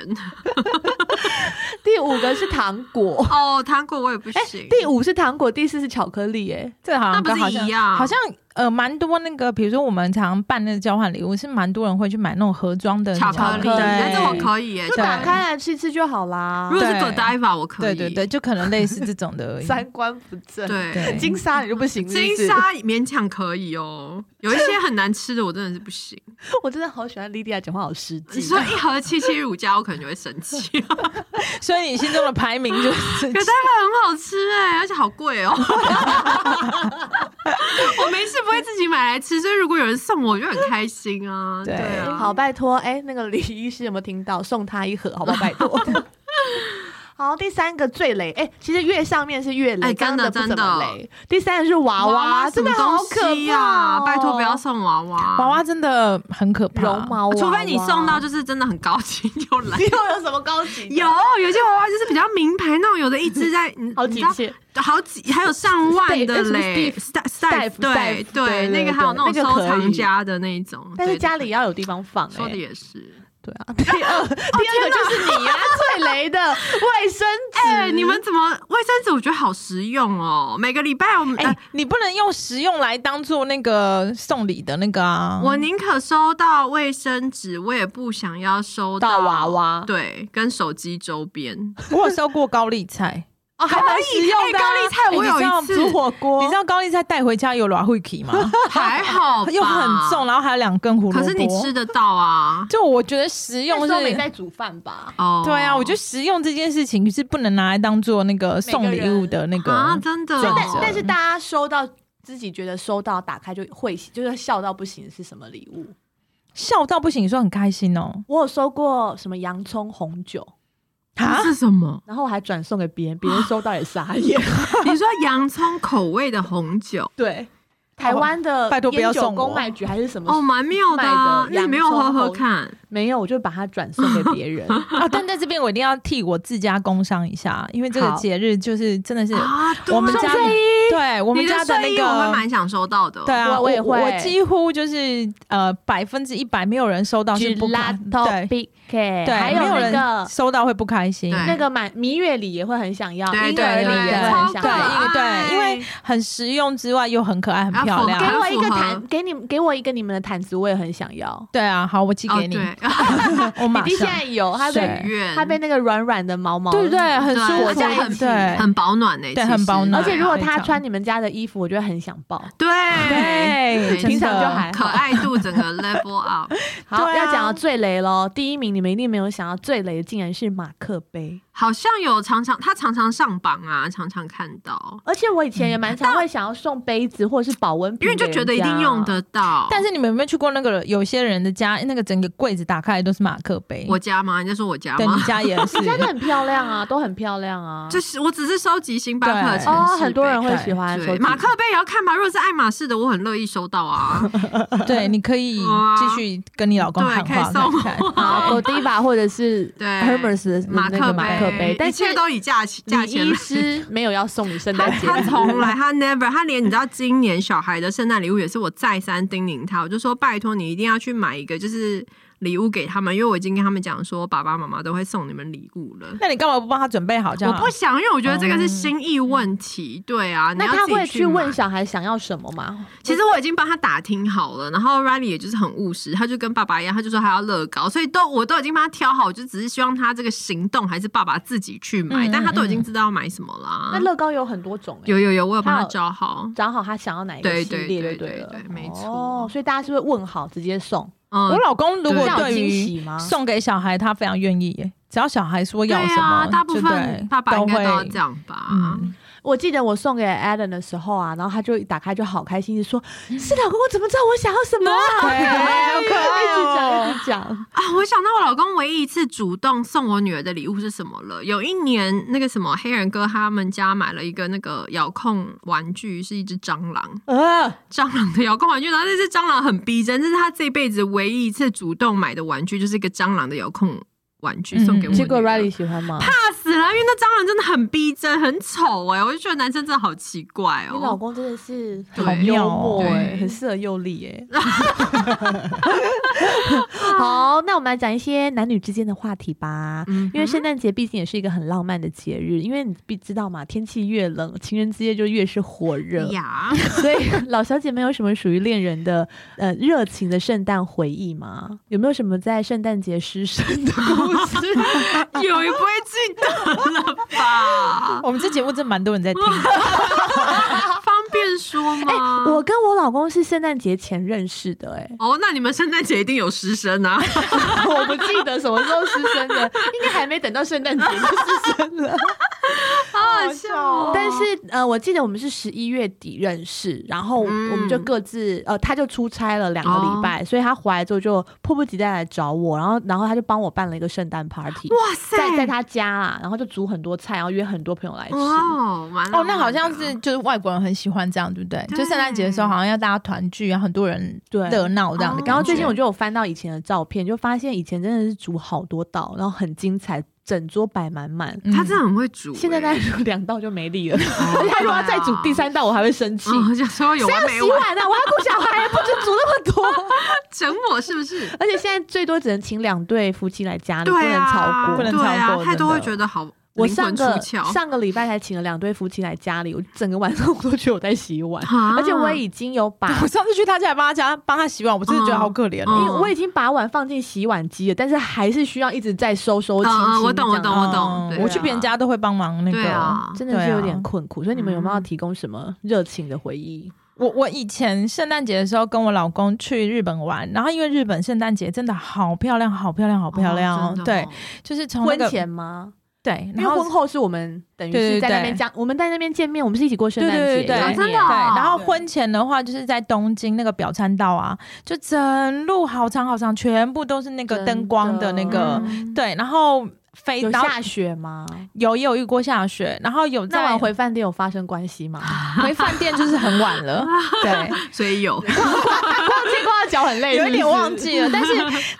S1: 第五个是糖果，
S2: 哦，糖果我也不行。
S1: 哎第五是糖果，第四是巧克力、哎，
S3: 这好
S2: 那
S3: 像
S2: 不
S3: 跟
S2: 是
S3: 好像
S2: 一样
S3: 好像呃，蛮多那个，比如说我们常办那个交换礼物，是蛮多人会去买那种盒装的
S2: 巧克力，
S1: 巧克力
S2: 但是我
S3: 以。
S2: 可以耶。
S1: 就
S2: 巧克
S1: 打
S2: 力
S1: 开来吃一吃就好啦
S2: 如。果是
S3: 对
S2: Godiva，我可
S3: 对
S2: 以。
S3: 对对，就可能类似这种的而已。
S1: 三观不正，
S2: 对
S3: 对
S1: 金沙你就不行，是不是
S2: 金，沙勉强可以哦，有一些很难吃的我真的是不行。
S1: 我真的好喜欢莉莉娅讲话，好实际
S2: 你。说一盒七七乳加，我可能就会生 气。可
S3: 所以你心中的排名就是
S2: 是它很好吃哎，而且好贵 哦。我没事不会自己买来吃，所以如果有人送我，我就很开心啊。
S3: 对
S2: 对啊，
S1: 好，拜托，哎、那个李医师有没有听到？送他一盒，好不好？拜 托。好，第三个最雷，哎、其实越上面是越雷，
S2: 哎
S1: 刚
S2: 真
S1: 刚
S2: 的
S1: 不怎么雷。第三个是娃娃，
S2: 什
S1: 啊真
S2: 么
S1: 的好
S2: 东
S1: 可
S2: 西
S1: 怕、
S2: 呀？
S1: 哦！
S2: 拜托不要送娃娃，
S3: 娃娃真的很可怕。
S1: 绒毛娃娃，
S2: 除非你送到就是 真的很高级又 来。
S1: 又有什么高级的？
S2: 有有些娃娃就是比较名牌那种，有的一只在 嗯
S1: 好
S2: 你
S1: 几
S2: 知道
S1: 千，
S2: 好几还有上万的嘞
S1: Steve-
S2: ，staff
S1: Steve-
S2: staff 对
S1: Steve，对
S2: 对，那个还有那
S1: 对
S2: 种
S1: 那个
S2: 收
S1: 可以
S2: 藏家的那一种，
S1: 但是
S2: 对
S1: 家里。要有地方放、
S2: 对对说哦的
S1: 哎，
S2: 也是，
S1: 对啊。第二，第二个就是你啊，最雷的卫生纸。
S2: 哎，你们怎么卫生纸？我觉得好实用哦，每个礼拜我们
S3: 哎、
S2: 呃
S3: 你不能用实用来当做那个送礼的那个啊。
S2: 呃我宁可收到卫生纸，我也不想要收
S1: 到娃娃
S2: 对，跟手机周边。
S3: 我有收过高丽菜，
S2: 哦，还
S3: 蛮实用的啊、
S2: 高丽菜我
S3: 哎你
S2: 有
S3: 知道
S2: 一次
S3: 煮火锅，你知道高丽菜带回家有软会皮吗？
S2: 还好吧，
S3: 又很重，然后还有两根胡萝卜。
S2: 可是你吃得到啊。
S3: 就我觉得实用是
S1: 那时候没在煮饭吧？
S2: 哦，
S3: 对啊，我觉得实用这件事情是不能拿来当做那个送礼物的那个。
S2: 啊，真的哦，
S3: 所以
S1: 但
S3: 对
S1: 但是大家收到自己觉得收到打开就会喜就是笑到不行是什么礼物？
S3: 笑到不行，说很开心哦。
S1: 我有收过什么洋葱红酒，？
S3: 啊
S2: 这，是什么
S1: 然后我还转送给别人，别人收到也傻眼。
S2: 你说洋葱口味的红酒，
S1: 对，台湾的
S3: 拜托不要
S1: 烟酒
S3: 送我
S1: 公卖局还是什么？
S2: 哦，蛮妙的啊
S1: 卖的，
S2: 那你没有
S1: 洋葱
S2: 喝喝
S1: 红
S2: 看？
S1: 没有，我就把它转送给别 人。
S3: 啊，但在这边我一定要替我自家工商一下，因为这个
S1: 好
S3: 节日就是真的是
S2: 啊，对
S3: 我们家，
S2: 你
S3: 对我们
S2: 的
S3: 家
S2: 睡
S3: 那
S2: 衣我会
S3: 个。
S2: 蛮想收到的。哦
S3: 对啊，
S1: 我我也会
S3: 我几乎就是呃百分之一百没有人收到是不开对
S1: Big K，
S3: 对，
S1: 还有
S3: 没有
S1: 那
S3: 人
S1: 个
S3: 收到会不开心。
S2: 对
S1: 那个买蜜月礼也会很想要，
S2: 对
S1: 婴
S2: 对
S1: 儿礼
S2: 对
S1: 也会很
S2: 超
S1: 想
S2: 可
S1: 要。
S3: 对
S2: 爱，
S3: 因为很实用之外又很可爱、很
S2: 啊
S3: 漂
S2: 否
S1: 给
S2: 还
S3: 亮。
S2: 要
S1: 我一个
S2: 符合
S1: 毯，给你给我一个你们的毯子，我也很想要。
S3: 对啊，好，我寄
S2: 哦
S3: 给你，
S2: 对，
S3: 我马
S1: 弟现
S3: 上。
S1: 在有，它
S3: 对
S1: 被
S2: 愿
S1: 它被那个软软的毛毛，
S3: 对不对？很舒
S2: 嗯对
S3: 服，
S1: 我家也
S3: 对
S1: 是
S2: 很保暖呢，
S3: 对
S2: 其实
S3: 很保暖
S1: 而且如果他
S3: 非常
S1: 穿你们家的衣服，我觉得很想抱。
S2: 对
S3: 对，
S2: 平
S1: 常就还好
S3: 还
S2: 可爱度整个 level up，
S1: 好，
S3: 对啊
S1: 要讲到最雷喽，第一名你们一定没有想到，最雷的竟然是马克杯。
S2: 好像有常常他常常上榜啊，常常看到，
S1: 而且我以前也蛮常会想要送杯子或者是保温瓶
S2: 嗯因
S1: 给
S2: 为
S1: 人家，
S2: 就觉得一定用得到。
S3: 但是你们有没有去过那个有些人的家，那个整个柜子打开来都是马克杯？
S2: 我家吗？你在说我家
S3: 对你
S2: 吗？
S3: 家也是，
S1: 真的很漂亮啊，都很漂亮啊。
S2: 就是我只是收集星巴克的
S3: 对
S2: 城
S1: 哦，
S2: 市
S1: 很多
S2: 杯
S1: 人会
S3: 对
S1: 喜欢收
S2: 对，
S1: 集
S2: 马克杯也要看吧。如果是爱马仕的，我很乐意收到 啊。
S3: 对，你可以
S2: 哇
S3: 继续跟你老公
S2: 对
S3: 喊
S2: 可以
S3: 话
S2: 送
S3: 看看。
S1: 啊，Godiva 或者是
S2: 对
S1: Hermes 的
S2: 马
S1: 那个
S2: 克
S1: 马克杯，但
S2: 一
S1: 是
S2: 切都以价钱价
S1: 李
S2: 钱
S1: 医
S2: 来。
S1: 师没有要送你圣
S2: 他
S1: 诞节
S2: 他
S1: 礼物，
S2: 从来他 never 他连你知道今年小孩的圣诞礼物也是我再三叮咛他，我就说拜托你一定要去买一个就是礼物给他们，因为我已经跟他们讲说爸爸妈妈都会送你们礼物了。
S3: 那你干嘛不帮他准备好？这
S2: 我
S1: 啊
S3: 样
S2: 不想，因为我觉得这个是心意问题。对啊，
S1: 哦那
S2: 你要
S1: 他
S2: 自己
S1: 会去
S2: 买
S1: 问小孩想要什么吗？
S2: 其实我已经帮他打听好了，然后 Riley 也就是很务实，他就跟爸爸一样，他就说他要乐高，所以都我都已经帮他挑好，我就只是希望他这个行动还是爸爸自己去买，
S3: 嗯嗯
S2: 但他都已经知道要买什么啦。
S1: 那乐高有很多种欸，
S2: 啊有有有，我有帮
S1: 他
S2: 他
S1: 有
S2: 找好，
S1: 找好他想要哪一个
S2: 对
S1: 系
S2: 对
S1: 列
S2: 对
S1: 就对
S2: 对
S1: 了，
S2: 对没错
S1: 哦，所以大家是会问好直接送，
S3: 我
S2: 嗯，
S3: 老公如果
S1: 这样有
S3: 对
S1: 惊
S3: 于
S1: 喜吗？
S3: 送给小孩，他非常愿意耶。只要小孩说
S2: 对
S3: 要什
S2: 啊
S3: 么，，
S2: 大部
S3: 就
S2: 分
S3: 对
S2: 爸爸应该都要
S3: 会
S2: 这样吧。
S3: 嗯
S1: 我记得我送给 Adam 的时候啊，然后他就一打开就好开心，就说：“是老公，我怎么知道我想要什么啊？”
S3: 对好可爱
S1: 一直讲，
S3: 哦
S1: 一直讲。
S2: 啊，我想到我老公唯一一次主动送我女儿的礼物是什么了。有一年，那个什么黑人哥他们家买了一个那个遥控玩具，是一只蟑螂，
S1: 呃，
S2: 蟑螂的遥控玩具，然后那只蟑螂很逼真，这是他这辈子唯一一次主动买的玩具，就是一个蟑螂的遥控玩具
S3: 嗯
S2: 送给我女儿。
S1: 结果 Riley 喜欢吗？
S2: 怕死了，因为那蟑螂真的很逼真，很丑哎、我就觉得男生真的好奇怪
S1: 你老
S2: 哦。
S1: 公真的是
S2: 对
S1: 很幽
S3: 好
S1: 默
S2: 妙哦
S1: 哎，
S2: 对
S1: 很适合佑 力哎。 好，那我们来讲一些男女之间的话题吧。
S2: 嗯
S1: 因为圣诞节毕竟也是一个很浪漫的节日，因为你必知道嘛，天气越冷，情人之夜就越是火热。
S2: 呀，
S1: 所 以老小姐们有什么属于恋人的呃热情的圣诞回忆吗？有没有什么在圣诞节失身的故事？
S2: 有一不会记得了吧？
S3: 我们这节目真蛮多人 在听，
S2: 方便说吗？
S1: 我跟我老公是圣诞节前认识的、欸，
S2: 哦，那你们圣诞节一定有失身啊！
S1: 我不记得什么时候失身 的，应该还没等到圣诞节就失身了。
S2: 好好笑哦。
S1: 但是呃，我记得我们是十一月底认识，然后我
S2: 嗯
S1: 们就各自、呃，他就出差了两个礼拜，所以他回来之后就迫不及待来找我，然后然后他就帮我办了一个圣诞 party。
S2: 哇塞，
S1: 在在他家啦，然后就煮很多菜，然后约很多朋友来吃。
S2: 哇哦，完了
S3: 哦，那好像是就是外国人很喜欢这样，对不对？
S2: 对
S3: 就圣诞节的时候，好像要大家团聚，然后很多人
S1: 对
S3: 热闹这样的感觉。
S1: 然后最近我就有翻到以前的照片，就发现以前真的是煮好多道，然后很精彩，整桌摆满满。
S3: 嗯
S2: 他真的很会煮欸、哦
S1: 现在大概煮两道就没力了，而且 他如果要再煮第
S2: 对啊，
S1: 三道，我还会生气。
S2: 嗯，我想说有
S1: 谁
S2: 完
S1: 要
S2: 没
S1: 洗
S2: 完，
S1: 碗啊？我还要顾小孩，不准煮那么多。
S2: 整我是不是？
S1: 而且现在最多只能请两对夫妻来家里，
S2: 对
S1: 不能
S2: 啊，
S1: 超
S3: 不
S1: 过
S3: 能。
S2: 对
S3: 超
S2: 啊
S3: 过，
S2: 太多
S3: 真的
S2: 会觉得好
S1: 我
S2: 灵
S1: 上
S2: 魂出
S1: 个
S2: 窍
S1: 上个礼拜才请了两对夫妻来家里，我整个晚上我都觉得我在洗碗，
S2: 啊
S1: 而且我已经有把
S3: 我上次去他家帮他家帮他洗碗，我真的觉得好可怜
S2: 嗯
S3: 哦。
S1: 因为我已经把碗放进洗碗机了，但是还是需要一直在收收
S2: 嗯
S1: 清清这样。啊
S2: 嗯，我懂我懂我
S3: 嗯
S2: 懂，对
S3: 我去别人家都会帮忙那
S2: 对
S3: 个。
S2: 啊，
S1: 真的是
S3: 对啊
S1: 有点困苦，所以你们有没有要提供什么热情的回忆？
S3: 我我以前圣诞节的时候跟我老公去日本玩，然后因为日本圣诞节真的好漂亮，好漂亮，好
S2: 好
S3: 漂亮哦。对，，就是
S2: 嗯
S3: 从那
S1: 婚
S3: 个
S1: 前吗？
S3: 对，
S1: 因
S3: 然
S1: 为
S3: 后
S1: 婚后是我们等于
S3: 对对
S1: 是在那
S3: 对
S1: 边家，我们在那边见面，我们是一起过圣诞节
S3: 对对对
S1: 的，
S3: 对
S2: 哦真的哦
S3: 对，然后
S1: 啊对
S3: 婚前的话，就是在东京那个表参道啊，就整路好长好长，全部都是那个
S1: 真
S3: 灯光的那
S1: 的
S3: 个，
S2: 嗯
S3: 对，然后飞，
S1: 有
S3: 哎然后
S1: 下雪吗？
S3: 有也有遇过下雪，然后有
S1: 那
S3: 在
S1: 晚回饭店有发生关系吗？
S3: 回饭店就是很晚了， 对，
S2: 所 以有，
S1: 嗯结果脚很累
S3: 有一点忘
S1: 记。
S3: 记了，但是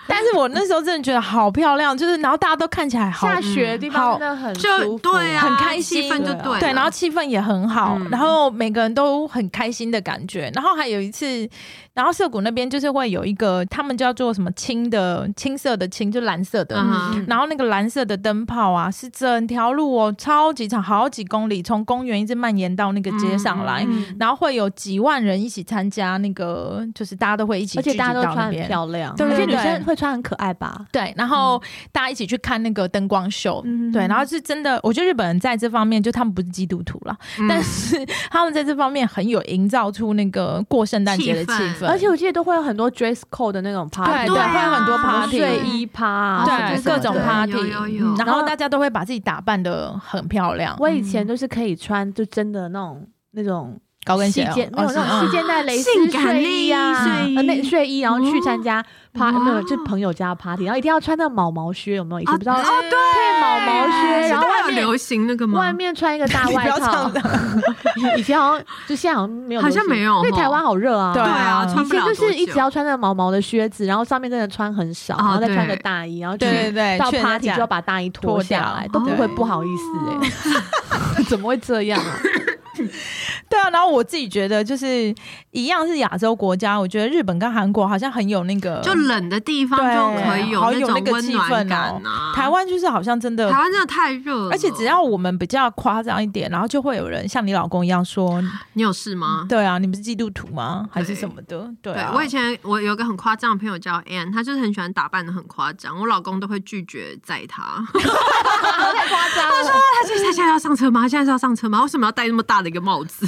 S3: 但是我那时候真的觉得好漂亮，就是然后大家都看起来好
S1: 下雪的地
S3: 好
S1: 方真的很
S2: 就
S1: 舒服
S2: 对啊，
S3: 很开心
S2: 气氛就对了，
S3: 对，然后气氛也很好，
S2: 嗯
S3: 然后每个人都很开心的感觉。然后还有一次，然后涩谷那边就是会有一个，他们叫做什么青的青色的青，就蓝色的。
S2: 嗯
S3: 然后那个蓝色的灯泡啊，是整条路哦，超级长，好几公里，从公园一直蔓延到那个街上来，
S2: 嗯
S3: 然后会有几万人一起参加那个，就是大家都会一起
S1: 而
S3: 聚
S1: 且
S3: 集
S1: 大家
S3: 到
S1: 都
S3: 那
S1: 穿很
S3: 边。
S1: 漂亮，
S3: 对
S1: 有些
S3: 对
S1: 女
S3: 对
S1: 生会穿很可爱吧？
S3: 对，然后大家一起去看那个灯光秀，
S1: 嗯
S3: 对，然后是真的，我觉得日本人在这方面，就他们不是基督徒啦，
S2: 嗯
S3: 但是他们在这方面很有营造出那个过圣诞节的
S2: 气
S3: 气
S2: 氛
S3: 氛，
S1: 而且我记得都会有很多 dress code 的那种 party，
S3: 对
S2: 对啊
S3: 会有很多
S2: 什么
S3: party
S1: 睡衣趴啊，什么
S2: 对
S3: 对
S1: 什么
S3: 各
S1: 的
S3: 种
S2: 对
S3: party，
S2: 有有有
S3: 嗯然
S1: 然
S3: 后嗯
S1: 后
S3: 大家都会把自己打扮的很漂亮，
S1: 我以前都是可以穿，就真的那种那种
S3: 高跟鞋
S1: 细
S3: 哦
S1: 肩，没
S3: 哦
S1: 有
S3: 是
S1: 那种细肩带蕾丝
S2: 性感
S1: 睡衣啊，
S2: 内衣
S1: 呃内
S2: 睡衣
S1: 睡衣，然后去
S2: 哦
S1: 参加 party，没有
S2: 哇
S1: 就朋友家 party，然后一定要穿那个毛毛靴，有没有？以前
S2: 啊
S1: 不知道
S2: 哦对，
S1: 配毛毛
S2: 哎
S1: 靴，然后
S2: 现在
S1: 外
S2: 有
S1: 面
S2: 流行那个吗？
S1: 外面穿一个大
S3: 你
S1: 外
S3: 不要这
S1: 套
S3: 样，
S1: 以前好像就现在好像没有
S2: 好
S1: 流行，
S2: 像没有
S1: 因为
S2: 吼
S1: 台湾好热啊，
S3: 对
S2: 对啊，
S3: 啊
S2: 穿
S1: 以
S2: 不了
S1: 前就
S2: 多
S1: 是一
S2: 久哦
S1: 直要穿那个毛毛的靴子，然后上面真的穿很少，然后再穿个
S2: 对
S1: 大衣，然后去
S3: 对对对，
S1: 到
S3: 去人家
S1: party
S3: 家
S1: 就要把大衣脱
S3: 脱
S1: 下
S3: 掉
S1: 来，都不
S3: 对
S1: 会不好意思哎、
S2: 哦
S1: 怎么会这样 啊？
S3: 对啊，然后我自己觉得就是一样是亚洲国家，我觉得日本跟韩国好像很有那个
S2: 就冷的地方就可以有
S3: 好有那
S2: 种
S3: 个
S2: 温
S1: 哦
S3: 气
S2: 暖
S3: 氛
S2: 感啊。
S3: 台湾就是好像真的
S2: 台湾真的太热了，
S3: 而且只要我们比较夸张一点，然后就会有人像你老公一样说
S2: 你有事：“吗？
S3: 对啊，你们是基督徒吗？还是什么的？”对啊，
S2: 我以前我有个很夸张的朋友叫 Ann，她就是很喜欢打扮的很夸张，我老公都会拒绝载她。
S1: 太夸张了！
S2: 他现在现在要上车吗？他现在是要上车吗？为什么要戴那么大的一个帽 子？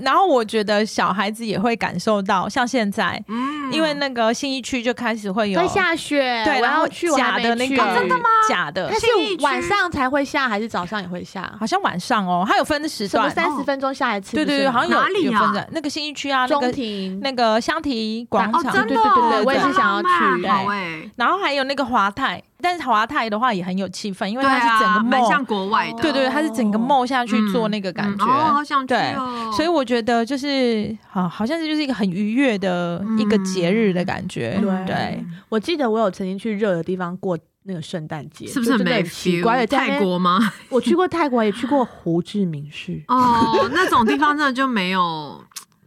S3: 然后我觉得小孩子也会感受到，像现在，
S2: 嗯
S3: 因为那个信义区就开始会有
S1: 在下雪，
S3: 对，
S1: 我
S3: 然后
S1: 要去，我还
S3: 假
S1: 没
S3: 的那
S1: 去啊
S3: 个、
S2: 哦啊
S3: 呃
S2: 真的吗
S3: 假的
S1: 它，
S2: 信义
S1: 是
S2: 区
S1: 晚上才会下，还是早上也会下？
S3: 好像晚上哦，它有分时
S1: 什么
S3: 段，哦
S1: 三十分钟下一次？
S3: 对对对，好像有
S2: 哪里啊
S3: 有分的，那个信义区啊，那
S1: 中
S3: 个
S1: 庭
S3: 那个香堤广
S2: 哦，
S3: 场，
S2: 真的
S1: 对对对对
S2: 哦
S1: 我也是
S2: 好
S1: 想要
S2: 浪漫
S1: 去
S2: 好哎，
S3: 然后还有那个华泰，但是华泰的话也很有气氛，因为
S2: 对
S3: 它是整
S2: 啊，
S3: 个
S2: 蛮
S3: 梦
S2: 像国外的，
S3: 对对，对它是整个冒下去
S2: 嗯
S3: 做那个感觉。
S2: 嗯哦，好想去
S3: 对
S2: 哦。
S3: 所以我觉得就是好，好像是就是一个很愉悦的一
S2: 嗯
S3: 个节日的感觉，
S1: 嗯
S3: 对，
S1: 我记得我有曾经去热的地方过那个圣诞节，
S2: 是不是
S1: 就真
S2: 很
S1: 的
S2: 没
S1: 很
S2: feel？
S1: 奇怪？在那边
S2: 泰国吗？。
S1: 我去过泰国，也去过胡志明市
S2: 哦，那种地方真的就没有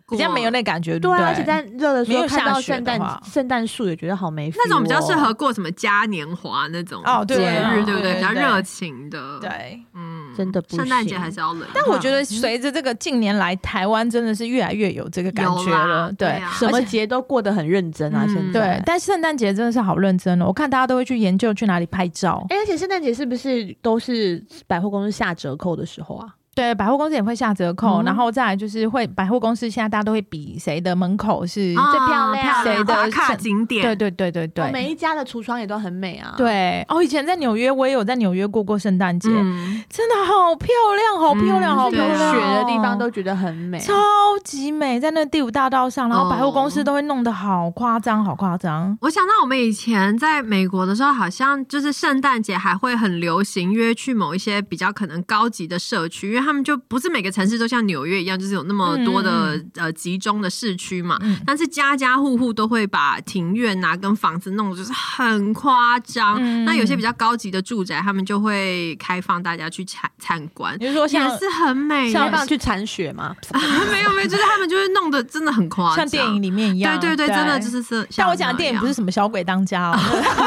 S2: 过，
S3: 比较没有那感觉，
S1: 对
S3: 不
S1: 啊，而且在热的时
S3: 没
S1: 候
S3: 有
S1: 看
S3: 下
S1: 到
S3: 雪
S1: 圣
S3: 的
S1: 诞
S3: 话
S1: 圣诞树，也觉得好没 feel 哦、
S2: 那种比较适合过什么嘉年华那种
S3: 哦对
S2: 节日，
S1: 对
S2: 对不对？
S3: 对
S2: 比较热情的，，
S3: 对。
S2: 嗯
S1: 真的不
S2: 圣诞节
S1: 行嗯
S2: 还是要冷，
S3: 但我觉得随着这个近年来，台湾真的是越来越有这个感
S2: 有
S3: 觉
S2: 啦
S3: 了，
S2: 对
S3: 对
S2: 啊
S1: 什么节都过得很认真啊，
S2: 嗯
S1: 现在
S3: 对。。但圣诞节真的是好认真哦，我看大家都会去研究去哪里拍照，
S1: 哎、而且圣诞节是不是都是百货公司下折扣的时候啊？
S3: 对，百货公司也会下折扣，
S1: 嗯
S3: 然后再来就是会百货公司现在大家都会比谁的门口是，
S2: 啊
S1: 最漂亮
S2: 漂
S3: 谁的
S2: 打卡
S3: 圣
S2: 景点，
S3: 对对对对对，
S1: 哦每一家的橱窗也都很美啊。，
S3: 对哦，以前在纽约，我也有在纽约过过圣诞节，
S2: 嗯，
S3: 真的好漂亮，好漂
S2: 嗯
S3: 亮，好
S1: 有
S3: 漂亮哦！
S1: 雪的地方都觉得很美。
S3: 超级美，在那第五大道上，然后百货公
S2: 哦
S3: 司都会弄得好夸张，好夸张。
S2: 我想到我们以前在美国的时候，好像就是圣诞节还会很流行约去某一些比较可能高级的社区，因为他他们就不是每个城市都像纽约一样，就是有那么多的、
S3: 嗯
S2: 呃集中的市区嘛。
S3: 嗯
S2: 但是家家户户都会把庭院啊跟房子弄得就是很夸张。
S3: 嗯
S2: 那有些比较高级的住宅，他们就会开放大家去参参观，
S3: 你是说
S2: 也
S3: 像
S2: 是很美。
S1: 像放去铲雪嘛，
S2: 没有没有，就是他们就是弄得真的很夸张，
S3: 像电影里面一样？
S2: 对对对，真的就是是。
S3: 像我讲的电影不是什么小鬼当家哦，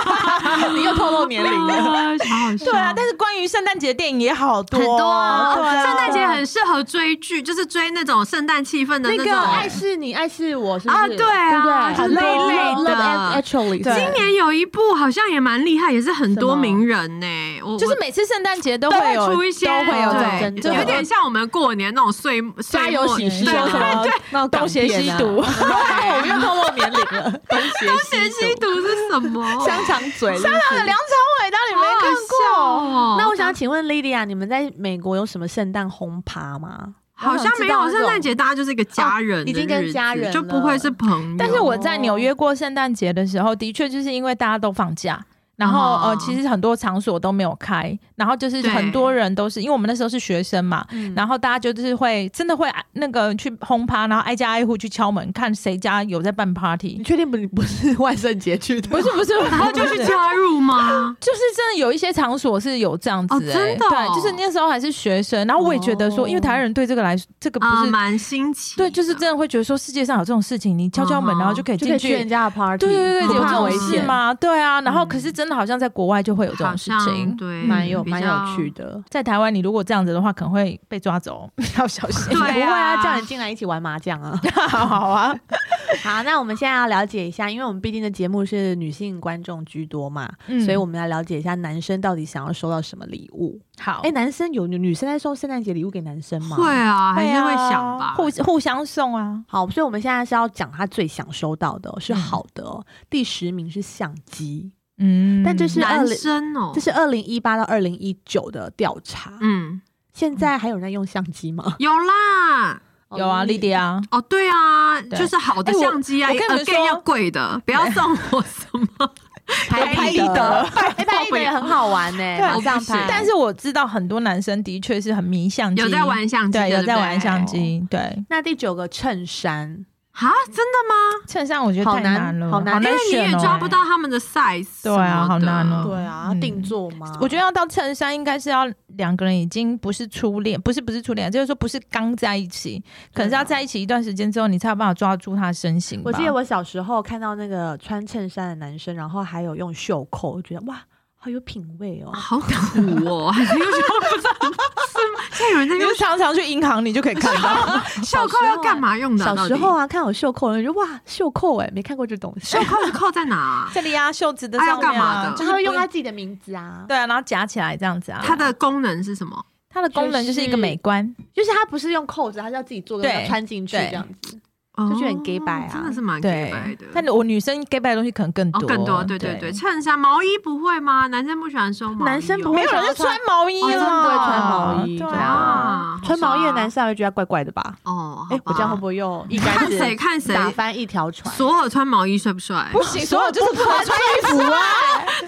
S1: 你又透露年龄了。
S2: 啊，好好笑
S3: 对啊，但是关于圣诞节的电影也好多
S2: 很
S3: 哦，
S2: 多啊，
S3: 对啊
S2: 圣诞节很适合追剧，就是追那种圣诞气氛的
S1: 那
S2: 种。
S1: 个爱是你，爱是我，是不是？
S2: 啊对啊
S1: 对
S2: 就
S1: 不
S2: 是
S1: 对
S2: 那一类
S1: ？Love-
S2: 的
S1: Love and Actually，
S3: 对
S2: 今年有一部好像也蛮厉害，也是很多
S1: 什么
S2: 名人呢、我
S3: 就是
S2: 我
S3: 每次圣诞节都
S2: 都
S3: 会有
S2: 出一些，
S3: 都会有这种
S1: 真
S2: 对，
S1: 的
S2: 有点像我们过年那种岁岁
S1: 加油
S2: 末
S1: 喜事
S2: 对
S1: 啊什
S2: 对
S1: 么
S2: 对，
S1: 那
S3: 东邪西
S1: 啊
S3: 毒，
S1: 我们又透露年龄了。东
S2: 东邪西毒是什么？
S1: 香肠嘴，哦香
S3: 他啊的梁朝伟，当你没
S2: 好好
S3: 看
S2: 笑
S3: 过？
S2: 哦
S1: 那我想请问莉莉亚，你们在美国有什么圣诞轰趴吗？
S2: 好像没有
S1: 我想知道那种
S2: 圣诞节，大家就是一个家人的日子，
S1: 哦已经跟家人了
S2: 就不会是朋友。
S3: 但是我在纽约过圣诞节的时候，的确就是因为大家都放假。然后、
S2: 哦
S3: 呃，其实很多场所都没有开，然后就是
S2: 对
S3: 很多人都是因为我们那时候是学生嘛，然后大家就是会真的会那个去轰趴，然后挨家挨户去敲门，看谁家有在办 party
S1: 你。确定不？你不是万圣节去的？
S3: 不是不是，
S2: 然后哦就去加 入吗？
S3: 就是真的有一些场所是有这样子、
S2: 哦
S3: 欸
S2: 真的哦
S3: 对，就是那时候还是学生，然后我也觉得说，
S1: 哦
S3: 因为台湾人对这个来这个不
S2: 啊，
S3: 是、
S2: 蛮新奇的。
S3: 对，就是真的会觉得说世界上有这种事情，你敲敲门
S2: 嗯哼
S3: 然后就可以
S1: 就可
S3: 进
S1: 以去人家的 party，
S3: 对对对，
S2: 不
S3: 有这
S2: 怕
S3: 种
S2: 危
S3: 事
S2: 险
S3: 吗？对啊，然后可是真的好像在国外就会有这
S2: 好
S3: 种事
S2: 像
S3: 情。
S2: 对，
S1: 蛮有
S2: 比
S1: 蛮
S2: 较
S1: 有趣。的。
S3: 在台湾，你如果这样子的话，可能会被抓走，要 小心。
S2: 对啊
S1: 不会啊，叫你进来一起玩麻将啊！
S3: 好啊，
S1: 好，那我们现在要了解一下，因为我们毕竟的节目是女性观众居多嘛，
S3: 嗯
S1: 所以我们来了解一下男生到底想要收到什么礼物。
S3: 好
S1: 哎、，男生有女女生在送圣诞节礼物给男生吗？
S2: 会。啊，还是
S3: 啊
S2: 会想吧。
S3: 互互相送啊，
S1: 好，所以我们现在是要讲他最想收到的哦、是好的、哦。第十名是相机，
S3: 嗯
S1: 但这是
S2: 男生哦
S1: 这，是二零一八到二零一九的调查。
S2: 嗯，
S1: 现在还有人在用相机 吗？嗯
S2: 有啦。
S3: 有啊，莉迪啊，
S2: 哦，对啊，就是好的
S3: 哎我
S2: 相机啊，
S3: 我跟你们
S2: again
S3: 说
S2: 要贵的，不要 送我什么
S1: 拍
S3: 拍
S1: 立
S3: 立得
S1: 得，哎，拍立得也很好玩呢、欸
S3: 对
S1: 马上拍。
S3: 但是我知道很多男生的确是很迷相机，
S2: 有在玩相机的，
S3: 对，有在
S2: 不
S3: 玩相机，对，
S1: 那第九个衬衫，
S2: 啊，真的吗？
S3: 衬衫我觉得
S1: 好
S3: 太
S1: 难
S3: 了，
S1: 好
S3: 好
S1: 难
S3: 难
S2: 因为你
S3: 选
S2: 也
S3: 哦
S2: 抓不到他们的 size，
S3: 对啊
S2: 什么
S3: 好难哦
S2: 的
S1: 对啊，
S3: 嗯
S1: 定做吗？
S3: 我觉得要到衬衫，应该是要两个人已经不是初恋，不是不是初恋，就是说不是刚在一起，可能是要在一起一段时间之后，你才有办法抓住他的身形吧。
S1: 我记得我小时候看到那个穿衬衫的男生，然后还有用袖扣，我觉得哇，好有品味哦。
S2: 好土哦，还是有时候不知道是吗？现在有人在
S3: 你
S2: 用
S3: 就常常去银行，你就可以看到。
S2: 袖扣要干嘛用的啊？
S1: 小时候
S2: 啊，
S1: 啊，看有袖扣，我就觉得哇，袖扣哎、没看过这东西
S2: 袖。 扣是扣在哪啊？
S3: 这里啊，袖子的
S2: 啊要
S3: 上面
S2: 干嘛
S3: 啊，
S2: 的
S3: 就
S1: 就是他会用
S3: 不
S1: 他自己的名字啊，
S3: 对啊，然后夹起来这样子啊。
S2: 它的功能是什么？
S3: 它的功能就是一个美观，
S1: 就是他不是用扣子，他是要自己做个
S3: 对
S1: 穿进去这样子。就觉得很 gay 白啊
S2: 哦真的是蛮 gay
S3: 对
S2: 白的。。
S3: 但我女生 gay 拜的东西可能更
S2: 哦
S3: 多，，
S2: 更多，对对对，。衬衫、毛衣不会吗？男生不喜欢收毛衣哦，
S1: 男生不
S3: 没
S1: 会
S3: 有人是穿毛衣
S2: 哦真
S3: 了，
S2: 的会穿
S1: 毛衣
S3: 对
S1: 真
S3: 啊
S1: 的。
S2: 啊，
S1: 穿毛衣的男生还会觉得他怪怪的吧？
S2: 哦，
S1: 哎、
S2: 好吧
S1: 我这样会不会又一竿
S2: 看
S1: 子
S2: 谁看谁
S1: 打翻一条船？
S2: 索尔穿毛衣帅不 帅？
S3: 不行，所有就是不能穿衣服啊，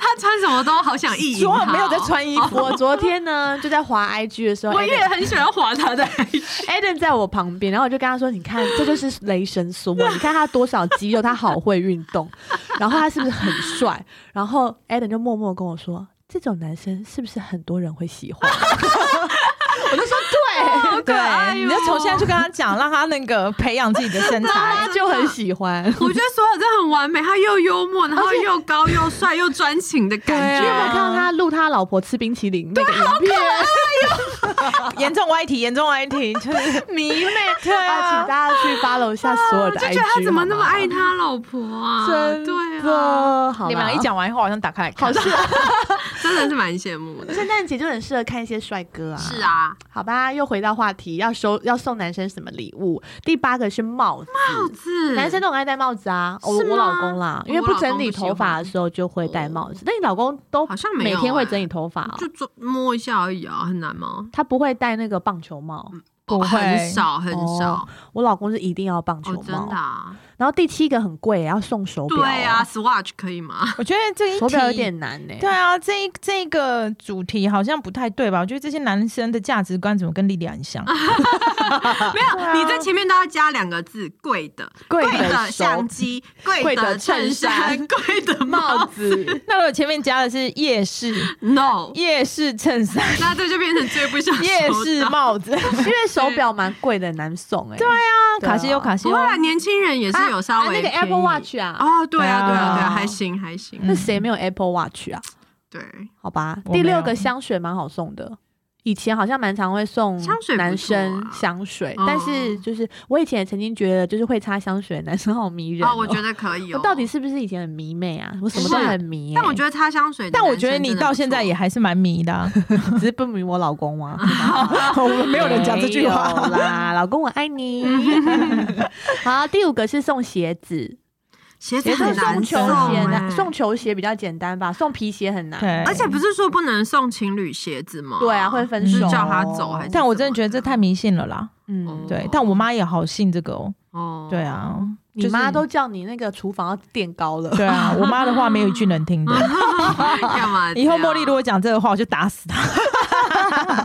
S2: 他穿什么都好想意淫
S3: 所
S2: 他
S3: 有
S2: 哦
S3: 没有在。穿衣服，
S1: 我昨天呢就在滑 IG 的时候，哎
S2: 我
S1: Adam-
S2: 也很喜欢滑 他的 IG，
S1: Adam 在我旁边，然后我就跟他说：“你看，这就是雷神索 尔，你看他多少肌肉，他好会运动， 然后他是不是很帅？”然后 Adam 就默默跟我说：“这种男生是不是很多人会喜欢？” 我就说：“对，
S2: 好可爱
S3: 对，
S2: 哦
S3: 你就从现在就跟他讲，让他那个培养自己的身材
S1: 他。就很喜欢。
S2: 我觉得索尔真的很完美，他又幽默，然后又高又帅又专情的感
S3: 对啊
S1: 你有
S2: 觉。
S1: 没有看到他录他老婆吃冰淇淋那个
S2: 啊
S1: 影片？
S3: 严重歪题，严重歪题，就是 迷妹。对
S1: 啊，
S3: 啊
S1: 请，大家去 follow 一下所有
S2: 我
S1: 的
S2: 就
S1: IG，
S2: 觉得他怎么那么
S1: 好吗
S2: 爱他老婆啊？
S1: 真的
S2: 对啊，，
S1: 好啦
S3: 你们俩一，讲完以后，我好像打开来看
S1: 好。是啊
S2: 真的是蛮羡慕的。
S1: 圣诞节就很适合看一些帅哥啊。
S2: 是，啊，
S1: 好吧，又回到话题，要收要送男生什么礼物？第八个是帽子，
S2: 帽子
S1: 男生都很爱戴帽子啊。我
S2: 是吗哦
S1: 我老公啦，因为不整理头发的时候就会戴帽子。那你老公都
S2: 好像没
S1: 每
S2: 有
S1: 天会
S2: 欸
S1: 整理头发哦、
S2: 就做摸一下而已啊，很难吗？哦
S1: 他不会戴那个棒球帽，
S2: 嗯
S3: 不会
S2: 很少很少
S1: 我老公是一定要棒球
S2: 哦，真
S1: 帽。
S2: 的啊，
S1: 然后第七个很贵，要送手表、
S2: 对啊呀、，s w a t c h 可以吗？
S3: 我觉得这一
S1: 手表有
S3: 题
S1: 点难呢、
S3: 对啊，这一这一个主题好像不太对吧？我觉得这些男生的价值观怎么跟莉莉安很像？
S2: 啊 没有，
S3: 啊
S2: 你在前面都要加两个字“贵的”，
S1: 贵的
S2: 的
S1: 手
S2: 相机，贵
S1: 贵
S2: 的
S1: 的
S2: 衬
S1: 衬
S2: 衫，
S1: 衫
S2: 贵的帽
S1: 帽
S2: 子。
S1: 子
S3: 那如果前面加的是 夜市
S2: No，
S3: 夜市 衬衫、
S2: 那这就变成最不想收
S3: 夜
S2: 到
S3: 市帽子，
S1: 因为手表蛮贵的，难送哎、对啊，
S3: 卡西欧卡西
S2: 不
S3: 欧
S2: 会，啦，年轻人也是有稍微
S1: 啊那个
S2: 便宜
S1: Apple Watch 啊，嗯
S2: 哦，对啊，对
S3: 对啊
S2: 啊，对啊，还行还行，
S1: 那谁没有 Apple Watch 啊？
S2: 对，
S1: 好吧，
S3: 我
S1: 第
S3: 没有
S1: 六个香水蛮好送的。以前好像蛮常会送
S2: 香水不错啊
S1: 男生香水，
S2: 嗯
S1: 但是就是我以前也曾经觉得，就是会擦香水的男生好迷人、
S2: 哦，我觉得可以
S1: 我
S2: 哦。
S1: 到底是不是以前很迷妹啊？我什么都
S2: 是
S1: 很迷、欸，
S2: 但我觉得擦香水的男生真的
S3: 但
S2: 不错，
S3: 我觉得你到现在也还是蛮迷的、啊，
S1: 得只是不迷我老公 啊。
S3: 我们没有人讲这句
S1: 没有
S3: 话。
S1: 啦，老公我爱 你。好，第五个是送鞋子，
S2: 鞋子
S1: 也是
S2: 很难
S1: 送球鞋
S2: 送
S1: 呢，
S2: 欸，
S1: 送球鞋比较简单吧，送皮鞋很难。
S3: 对
S2: 而且不是说不能送情侣鞋子吗？
S1: 对啊，会分
S2: 就是
S1: 手。
S2: 叫他走还是？
S3: 但我真的觉得这太迷信了啦，
S1: 嗯，
S3: 对。但我妈也好信这个哦，
S2: 哦，
S3: 对，啊，
S1: 你
S3: 就是
S1: 妈都叫你那个厨房要垫高了。
S3: 对啊，我妈的话没有一句能 听的。
S2: 啊
S1: 啊
S2: 干嘛这样？
S3: 以后茉莉如果讲这个话，我就打死她。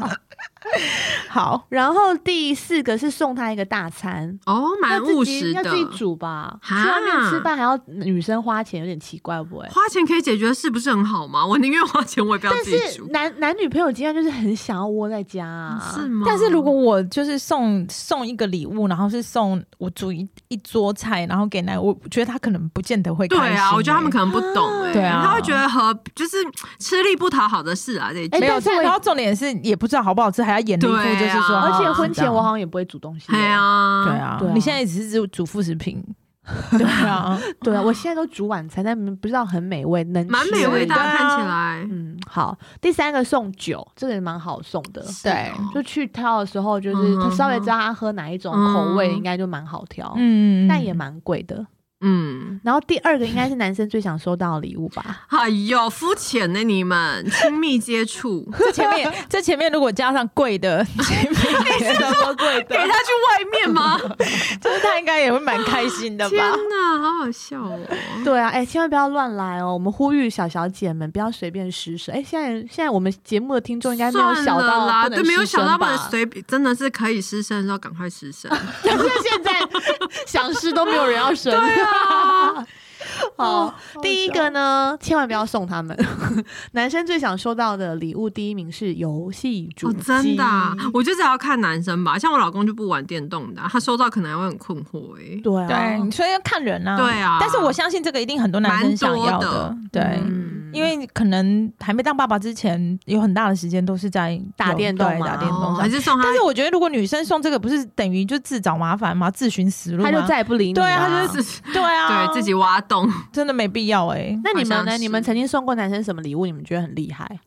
S3: 好，
S1: 然后第四个是送她一个大餐，
S2: 哦，蛮
S1: 要自己
S2: 务实
S1: 要
S2: 的，
S1: 自己煮吧。去
S2: 哈
S1: 外面吃饭还要女生花钱，有点奇怪，会不会？
S2: 花钱可以解决的事不是很好吗？我宁愿花钱，我也不要
S1: 但
S2: 自己
S1: 是
S2: 煮，嗯
S1: 男男女朋友经验就是很想要窝在家、啊，
S2: 是吗？
S3: 但是如果我就是送送一个礼物，然后是送我煮一一桌菜，然后给奶，我觉得他可能不见得会开
S2: 对
S3: 心、欸
S2: 啊，我觉得他们可能不懂哎，
S3: 对啊
S2: 他会觉得和就是吃力不讨好的事啊，这一
S1: 哎
S2: 句
S3: 没有
S1: 但是我也
S3: 然后重点是也不知道好不好吃，还要演了一副
S2: 对啊
S3: 就是说，
S1: 而且
S3: 哦
S1: 婚前我好
S3: 好
S1: 像也不会煮东西。
S2: 哎呀，
S3: 像对，啊
S1: 对啊，
S3: 你现在只是煮煮副食品， 对啊，
S1: 对啊，我现在都煮晚餐，但不知道很美味，能
S2: 蛮
S1: 吃
S2: 美味的啊，
S3: 对啊
S2: 看起来。
S1: 嗯，好，第三个送酒，这个也蛮好送的。
S3: 对
S1: 就去挑的时候，就
S2: 哦嗯
S1: 是
S2: 哼
S1: 他稍微知道他喝哪一种口味，
S2: 嗯
S1: 应该就蛮好挑，
S3: 嗯，
S1: 但也蛮贵的。
S2: 嗯，？
S1: 然后第二个应该是男生最想收到的礼物吧
S2: 哎呦，肤浅呢你们，亲密接 触，
S3: 这前面这前面如果加上贵的，前 面什么贵
S2: 给他，去
S3: 的
S2: 外 面吗？
S3: 就是他应该也会蛮开心的吧
S2: 天。哪，好好笑哦！
S1: 对啊，哎、千万不要乱来哦！我们呼吁小小姐们不要随便施舍。哎、现在现在我们节目的听众应该没有
S2: 算
S1: 想
S2: 了
S1: 到
S2: 啦，
S1: 不
S2: 对，
S1: 能
S2: 没有
S1: 失
S2: 想到
S1: 身
S2: 不
S1: 吧
S2: 能
S1: 哦
S2: 随便，真的是可以失身的时候赶快失身。
S1: 但是 现在想试都没有人要生。
S2: 啊
S3: 哦
S1: 好，第一个呢，千万不要送他们。男生最想收到的礼物，第一名是游戏主
S2: 哦，
S1: 机，
S2: 真的啊、我觉得只要看男生吧，像我老公就不玩电动的啊、他收到可能还会很困惑哎、
S1: 对啊，
S3: 对，所以要看人啊。
S2: 对啊
S3: 但是我相信这个一定很多男生想要的，
S2: 蛮
S3: 对。
S2: 嗯
S3: 因为可能还没当爸爸之前，有很大的时间都是在
S1: 打
S3: 有
S1: 电动
S3: 对
S1: 嘛
S3: 打电动
S2: 哦
S3: 上。
S1: 啊
S2: 还是送他
S3: 但是我觉得，如果女生送这个，不是等于就自找麻烦吗？自寻死路吗？
S1: 他就再也不理你
S3: 对
S1: 了。
S3: 啊他就
S2: 自己
S3: 对啊，
S2: 对自己挖洞。
S3: 真的没必要哎、
S1: 那你
S2: 好
S1: 们
S2: 像是
S1: 呢？你们曾经送过男生什么礼物？你们觉得很厉害？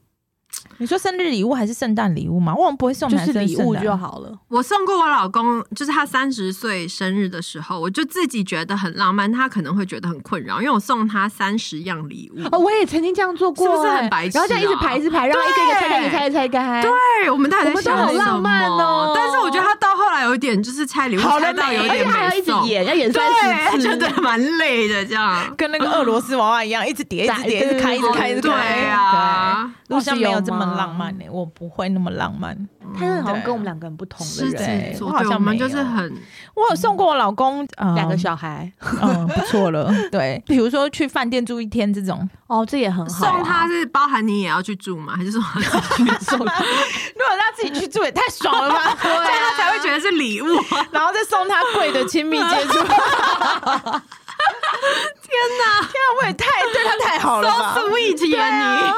S3: 你说生日礼物还是圣诞礼物吗？我们不会送
S1: 就
S3: 男
S1: 是
S3: 生
S1: 礼物
S3: 圣诞
S1: 就。好了。
S2: 我送过我老公，就是他三十岁生日的时候，我就自己觉得很浪漫，他可能会觉得很困扰，因为我送他三十样礼物。
S1: 哦，我也曾经这样做过、
S2: 是不是
S1: 哎
S2: 很白痴
S1: 然后这样一直
S2: 啊
S1: 排一直排，然后一个一个拆开，一个拆一个拆开。对，
S2: 对，哎我们到底在想
S1: 我们都好
S2: 什
S1: 浪漫
S2: 么
S1: 哦
S2: 但是我觉得他到后来有一点就是拆礼物
S3: 好
S2: 拆
S3: 了
S2: 到有
S3: 没
S1: 而且
S2: 点
S1: 还要
S2: 没
S1: 一直
S2: 送，
S1: 演，要演
S2: 对
S1: 三，十次
S2: 觉。得蛮累的这样。
S3: 跟那个俄罗斯娃娃一样，一直叠，一直叠，一直开，一直开，一直
S2: 对
S3: 开。
S2: 啊，
S3: 对，我好像没有这么浪漫呢、我不会那么浪漫。
S1: 他真的好像跟
S3: 对
S1: 我们两个很不同的
S2: 狮
S1: 人，
S2: 子
S3: 对
S2: 座，
S3: 我好
S2: 对，
S3: 像
S2: 我们
S3: 没
S2: 就是
S3: 有
S2: 很
S3: 我有送过我老公呃
S1: 两个，小孩。
S3: 嗯，不错 了。对，比如说去饭店住一天这种，
S1: 哦，这也很好、
S2: 送他是包含你也要去住吗？还是说
S3: 如果他自己去住也太爽了吧？ 对啊
S2: 对他才会觉得是礼物？
S3: 然后再送他贵的亲密 接触。天哪！ 天啊，我也太对他太好了
S2: So
S3: 吧？
S2: sweet 呀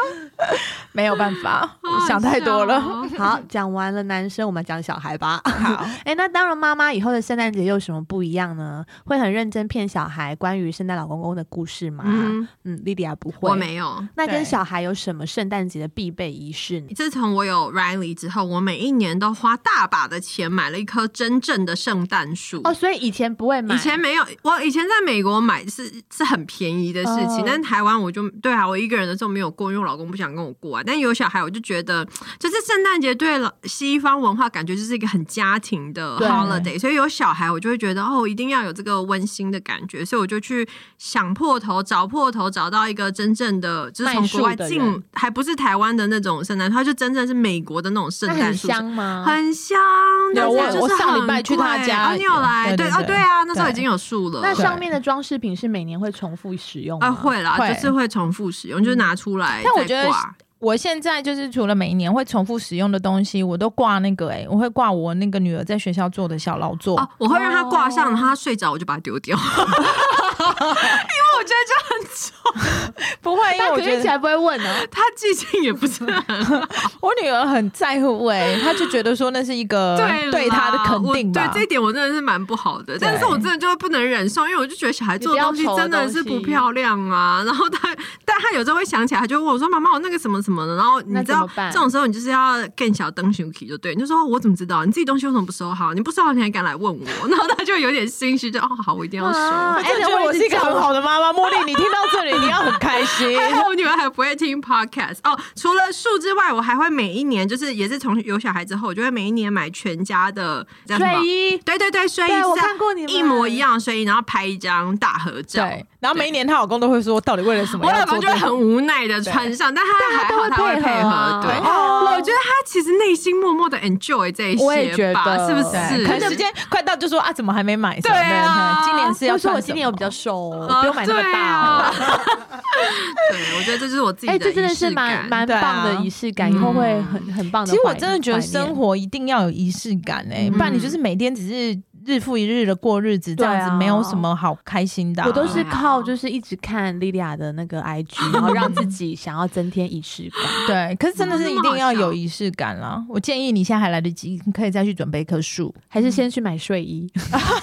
S3: 没有办法，
S2: 你，
S3: 我想太多
S2: 好啊好
S3: 了。
S2: 笑哦
S1: 好，讲完了男生，我们讲小孩 吧。
S3: 好，
S1: 哎、那当然，妈妈以后的圣诞节又有什么不一样呢？会很认真骗小孩关于圣诞老公公的故事吗？嗯，
S2: 嗯，
S1: 莉迪亚不会。
S2: 我。没有。
S1: 那跟
S3: 对
S1: 小孩有什么圣诞节的必备仪式呢？
S2: 自从我有 Riley 之后，我每一年都花大把的钱买了一棵真正的圣诞树。
S1: 哦，所以以前不会买，
S2: 以前没有，我以前在美国买是是很便宜的事情，
S1: 哦
S3: 嗯
S2: 但台湾我就对啊，我一个人的时候没有过，因为我老公不想跟我过啊。但有小孩，我就觉得，就是圣诞节对了西方文化感觉就是一个很家庭的
S3: 对
S2: holiday，所以有小孩，我就会觉得哦，一定要有这个温馨的感觉，所以我就去想破头，找破头，找到一个真正的，就是从国外
S3: 卖树的
S2: 进
S3: 人，
S2: 还不是台湾的那种圣诞树，它就真正是美国的那种圣
S4: 那
S2: 诞
S4: 很
S2: 树。
S4: 香
S1: 啊
S4: 吗？
S2: 很香，但是
S3: 有啊我
S2: 它就是
S3: 我上
S2: 很
S3: 礼拜去他
S2: 贵
S3: 家
S2: 啊，你有来？对
S3: 对对
S2: 啊，
S3: 对
S2: 对啊，那时候已
S3: 对
S2: 经有树了。
S4: 那上面的装饰品是每年会重复使用吗？
S2: 啊，会啦，
S3: 会
S2: 就是会重复使用，就是拿出来再
S3: 但
S2: 挂。
S3: 我觉得我现在就是除了每一年会重复使用的东西，我都挂那个哎、我会挂我那个女儿在学校做的小劳作。
S2: 哦，我会让它挂上，然后它睡着我就把它丢掉，因 为我觉得
S3: 不会，因为
S4: 但
S3: 我
S4: 可
S3: 觉
S4: 是起
S3: 得
S4: 来不会问 哦。
S2: 就它记性也不是很
S3: 我女儿很在乎哎、她就觉得说那是一个
S2: 对
S3: 呃对她的
S2: 啦
S3: 肯
S2: 我
S3: 定吧
S2: 对。这一点我真的是蛮不好的，但是我真的就不能忍受，因为我就觉得小孩做的东西
S1: 你不要
S2: 真
S1: 丑的
S2: 的
S1: 东西
S2: 是不漂亮啊。 然后他，但他有时候会想起来，他就问我说：“妈妈，我那个什么什么的。”然后你
S4: 那
S2: 知
S4: 怎么
S2: 道
S4: 办
S2: 这种时候你就是要更小灯熊 k 就对，你就说：“我怎么知道？你自己东西为什么不收好？你不收好你还敢来问我？” 然后他就有点心虚，就哦好，我一定要收。
S4: 啊
S3: 真的觉得我是一个很好的妈妈，茉莉，你听到这里你要很开心。
S2: 还好我女儿还不会听 podcast 哦。除了树之外，我还会每一年就是也是从有小孩之后，我就会每一年买全家的叫什么
S4: 睡衣，
S2: 对对对，睡衣
S4: 对我
S2: 是啊
S4: 看过你们
S2: 一模一样的睡衣，然后拍一张大合照。
S3: 对，然后每一年她老公都会说，到底为了什么
S2: 我
S3: 要
S2: 老
S3: 做
S2: 公
S3: 这
S2: 就会
S3: 个？
S2: 很无奈的穿上，但他还好，他会配合。对，哦我觉得他其实内心默默的 enjoy 这一
S1: 我也
S2: 些
S1: 觉
S2: 吧，
S1: 得
S2: 是不
S3: 对，
S2: 是？
S3: 可能时间快到就说啊，怎么还没买？
S2: 对啊
S3: 今年是要
S1: 要说
S3: 穿
S1: 哦我
S3: 什
S1: 今
S3: 么
S1: 年有比较瘦哦，
S2: 啊
S1: 不用买那么大哦。
S2: 对啊 对，我觉得这就是我自己的
S1: 哎，
S3: 啊
S2: 仪式感。
S1: 这真的是蛮蛮
S3: 对啊
S1: 棒的仪式感，以后会很很棒的怀念。
S3: 其实我真的觉得
S1: 怀念
S3: 生活一定要有仪式感哎、
S1: 嗯
S3: 不然你就是每天只是日复一日的过日子，这
S1: 对啊
S3: 样子没有什么好开心的啊、
S1: 我都
S2: 对
S1: 是
S2: 啊
S1: 靠就是一直看莉莉亚的那个 IG，然后让自己想要增添仪式感。
S3: 对，可是真的是一定要有仪式感啦。我建议你现在还来得及，你可以再去准备一棵树。
S1: 还是先去买睡 衣，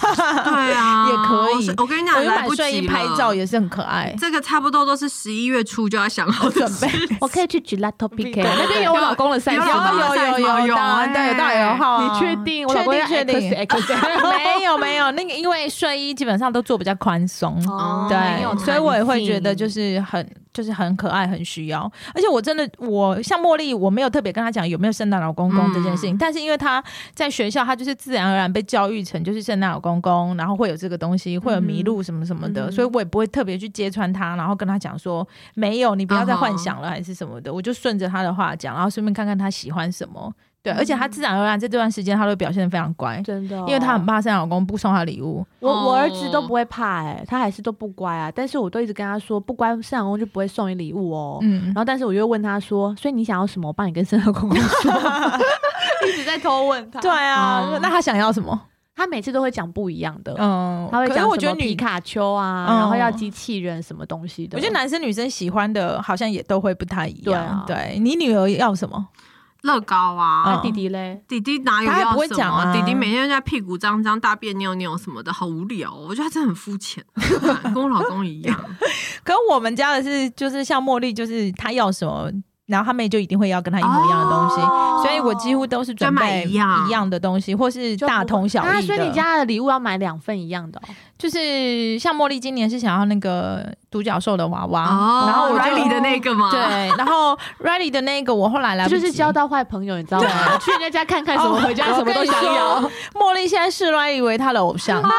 S2: 对啊，
S3: 也可以
S2: 我是我跟你
S3: 我
S2: 讲，
S3: 觉得
S2: 来
S3: 买
S2: 不及
S3: 睡衣拍
S2: 了
S3: 照也是很可爱。
S2: 这个差不多都是十一月初就要想好的
S3: 准
S2: 事
S3: 备
S1: 我可以去 Gelato PK，
S3: 对
S1: 那边有我老公的赛
S2: 有
S1: 道
S2: 老公
S1: 吗
S2: 的
S3: 有有有有，当然对，当然有号啊。
S1: 你确定？我
S3: 确
S1: 老公
S3: 定
S1: 要
S3: 确定
S1: X X
S3: 没有没有，那个因为睡衣基本上都做比较宽松。
S2: 哦很有
S3: 对，
S2: 弹
S3: 所以我也会觉得就是很就是很可爱，很需要。而且我真的我像茉莉，我没有特别跟她讲有没有圣诞老公公这件
S2: 嗯
S3: 事情，但是因为她在学校，她就是自然而然被教育成就是圣诞老公公，然后会有这个东西，会有麋鹿什么什么的，
S1: 嗯
S3: 所以我也不会特别去揭穿她，然后跟她讲说没有，你不要再幻想了还是什么的，我就顺着她的话讲，然后顺便看看她喜欢什么。对，而且她自然而然在这段时间，她都表现的非常乖。
S1: 真的哦，
S3: 因为她很怕圣诞老公不送她礼物，
S1: 我
S2: 哦
S1: 我儿子都不会怕哎、他还是都不乖啊。但是我都一直跟他说，不乖，圣诞公公就不会送你礼物哦。
S3: 嗯
S1: 然，后，但是我就会问他说，所以你想要什么？我帮你跟圣诞公公 说。一直在偷问他，
S3: 对啊，
S2: 嗯
S3: 那她想要什么？
S1: 他每次都会讲不一样的，
S3: 嗯，
S1: 他会
S3: 可
S1: 讲
S3: 是
S1: 什
S3: 我觉
S1: 么
S3: 得
S1: 皮
S3: 女，
S1: 卡丘啊，
S3: 嗯
S1: 然后要机器人什么东西的。
S3: 我觉得男生女生喜欢的好像也都会不太一样。
S1: 对啊
S3: 对你女儿要什么？
S2: 乐高啊
S3: 嗯，
S1: 弟弟嘞，
S2: 弟弟哪有
S3: 他还
S2: 要
S3: 不会
S2: 什
S3: 讲
S2: 么？
S3: 啊
S2: 弟弟每天在屁股脏脏、大便尿尿什么的，好无聊、哦。我觉得他真的很肤 浅，跟我老公一样。
S3: 可我们家的是，就是像茉莉，就是她要什么，然后她妹就一定会要跟她一模一样的东西，
S1: 哦
S3: 所以我几乎都是准
S2: 就买
S3: 备
S2: 一样
S3: 一样的东西，或是
S1: 就不会
S3: 大同小
S1: 啊，
S3: 异
S1: 所以
S3: 的。
S1: 你家的礼物要买两份一样的、哦，
S3: 就是像茉莉今年是想要那个独角兽的娃娃，
S2: 哦，
S3: 然后我就
S2: Riley 的那个嘛，
S3: 对，然后 Riley 的那个我后来来
S1: 这
S3: 不
S1: 就是
S3: 及
S1: 交到坏朋友，你知道吗？去人家家看看什么，回家什么都想
S3: 哦我
S1: 要
S3: 跟。茉莉现在视 Riley 为她的偶像，
S2: 好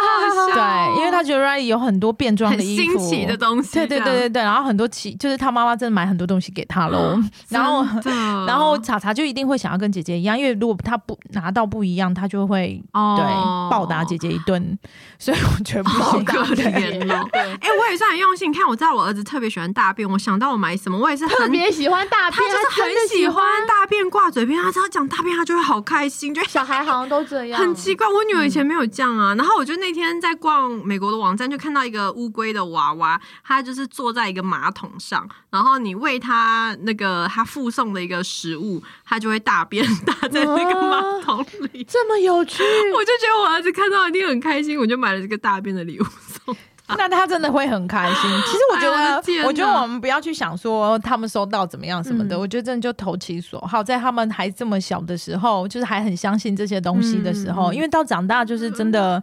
S2: 笑
S3: 对，因为她觉得 Riley 有很多变装
S2: 很
S3: 的衣
S2: 新
S3: 服，
S2: 奇的东西，
S3: 对对对对对，然后很多奇，就是她妈妈真的买很多东西给她喽，
S2: 这
S3: 然
S2: 样，
S3: 后。
S2: 真的
S3: 然后查查就一定会想要跟姐姐一样，因为如果她不拿到不一样，她就会对
S2: 哦
S3: 暴打姐姐一顿，所以我觉得不
S2: 好
S3: 行。
S2: 可 怜哦。哎、我也是很用心。你看，我知道我儿子特别喜欢大便，我想到我买什么，我也是
S4: 特
S2: 很
S4: 别喜欢大
S2: 他
S4: 便，
S2: 就是
S4: 真的
S2: 很喜欢大便挂嘴边，他只要讲大便，他就会好开心，就会
S4: 小孩，好像都这样，
S2: 很奇怪。我女儿以前没有这样啊。然后我就那天在逛美国的网站，就看到一个乌龟的娃娃，它就是坐在一个马桶上，然后你喂它那个它附送的一个食物，它就会大便 打在那个马桶里。
S1: 这么有趣，
S2: 我就觉得我儿子看到一定很开心，我就买了这个大便的礼物送。
S3: 那她真的会很开心。其实我觉
S2: 哎我
S3: 得
S2: 的天，哪
S3: 我觉得我们不要去想说他们收到怎么样什么的，
S1: 嗯
S3: 我觉得真的就投其所好，在他们还这么小的时候，就是还很相信这些东西的时候，
S1: 嗯
S3: 因为到长大就是真的。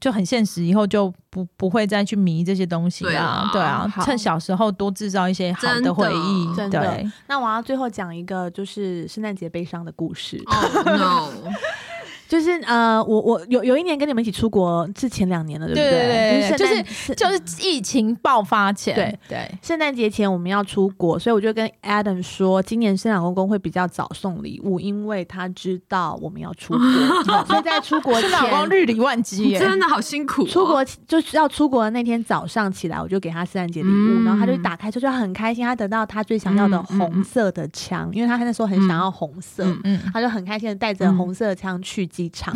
S3: 就很现实，以后就不不会再去迷这些东西
S2: 对
S3: 啦
S2: 啊。
S3: 对啊，
S1: 好
S3: 趁小时候多制造一些好
S2: 真
S3: 的
S2: 的
S3: 回忆。
S1: 真的
S3: 对，
S1: 那我要最后讲一个，就是圣诞节悲伤的故事。
S2: 哦 no，
S1: 就是呃，我我有有一年跟你们一起出国，是前两年了，对不
S3: 对对对
S1: 就是圣诞
S3: 就是疫情爆发前，
S1: 对
S3: 对，
S1: 圣诞节前我们要出国，所以我就跟 Adam 说，今年圣诞公公会比较早送礼物，因为他知道我们要出国，嗯所以在出国
S3: 是老
S1: 前。
S3: 公日理万机耶，
S2: 真的好辛苦哦。
S1: 出国就是要出国的那天早上起来，我就给他圣诞节礼物，
S2: 嗯
S1: 然后他就打开之后就很开心，他得到他最想要的红色的枪，因为他那时候很想要红色，
S2: 嗯
S3: 嗯，
S1: 他就很开心的带着红色的枪去机场。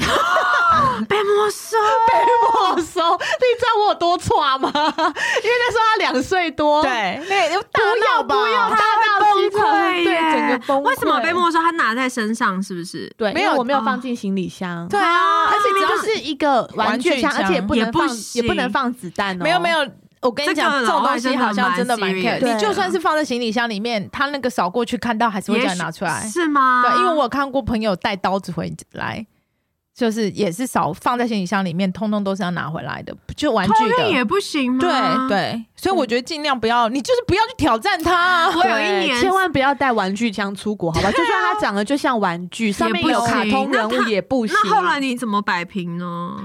S2: 被没收，
S1: 我收，你知道我有多差吗？因 为那时候他两岁多，
S3: 对，那个大闹吧，
S1: 大到
S2: 崩
S1: 机场
S2: 溃
S1: 对，
S2: 耶
S1: 整个崩溃。
S2: 为什么被没收？他拿在身上是不是？
S1: 对，
S3: 没
S1: 没
S3: 有
S1: 有，我没有
S3: 哦
S1: 放进行李箱。
S3: 对啊，而
S1: 而且
S3: 且只要
S1: 这就是一个玩具枪，
S3: 玩具枪
S1: 而且也不
S2: 也
S1: 能
S2: 不
S1: 放，也
S2: 行
S1: 不能放子弹哦。
S3: 没有没，有。我跟你讲，
S2: 这
S3: 这
S2: 个
S3: 种
S2: 老
S3: 东
S2: 外
S3: 西好像真的蛮
S2: 真的蛮。
S3: care
S1: serious
S3: 你就算是放在行李箱里面，他那个扫过去看到，还是会
S2: 也
S3: 叫
S2: 许
S3: 你拿出来。
S2: 是吗？
S3: 对，因为我有看过朋友带刀子回来，就是也是少放在行李箱里面，通通都是要拿回来的，就玩具
S2: 偷运
S3: 的。
S2: 也不行吗？
S3: 对。对，所以我觉得尽量不要，你就是不要去挑战它啊。
S2: 我有一年啊
S1: 千万不要带玩具枪出国，好吧？就算它长得就像玩具，上面
S2: 不
S1: 有卡
S2: 行
S1: 通
S2: 那
S1: 人物
S2: 他
S1: 也不行。啊
S2: 那后来你怎么摆平呢？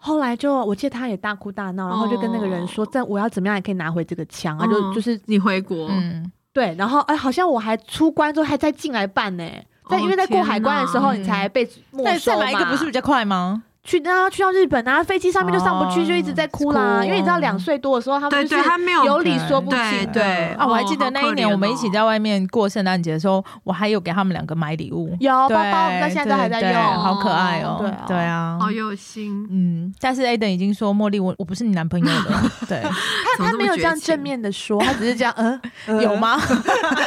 S1: 后来就我记得他也大哭大闹，然后就跟那个人说：“这我要怎么样也可以拿回这个枪啊？”就
S2: 哦嗯
S1: 就是
S2: 你回国，
S3: 嗯，
S1: 对，然后哎，好像我还出关之后还再进来办呢。但
S2: 哦
S1: 因为在过
S2: 天嗯
S1: 海关的时
S3: 哪
S1: 候，你才被没
S3: 那
S1: 收
S3: 再
S1: 嘛。
S3: 买一个不是比较快吗？
S1: 去啊，去到日本啊，飞机上面就上不去，
S3: 哦
S1: 就一直在哭啦。
S3: 哭哦
S1: 因为你知道，两岁多的时候，他们
S2: 对
S1: 就
S2: 对，
S1: 是
S2: 他没有
S1: 有理说不
S2: 对
S1: 清的。
S2: 对
S3: 啊，我还
S2: 哦
S3: 记得
S2: 好
S3: 那
S2: 可
S3: 一年
S2: 怜
S3: 我们
S2: 哦
S3: 一起在外面过圣诞节的时候，我还有给他们两个买礼物，
S1: 有包包，我们到
S3: 对
S1: 现在都还在
S3: 对对
S1: 用，
S3: 好可爱哦。
S1: 对啊
S3: 对啊，
S2: 好有心，
S3: 嗯，但是 Aden 已经说茉莉，我我不是你男朋友了，对，
S1: 他他没有这样正面的说，他只是这样， 嗯，嗯
S3: 有？吗？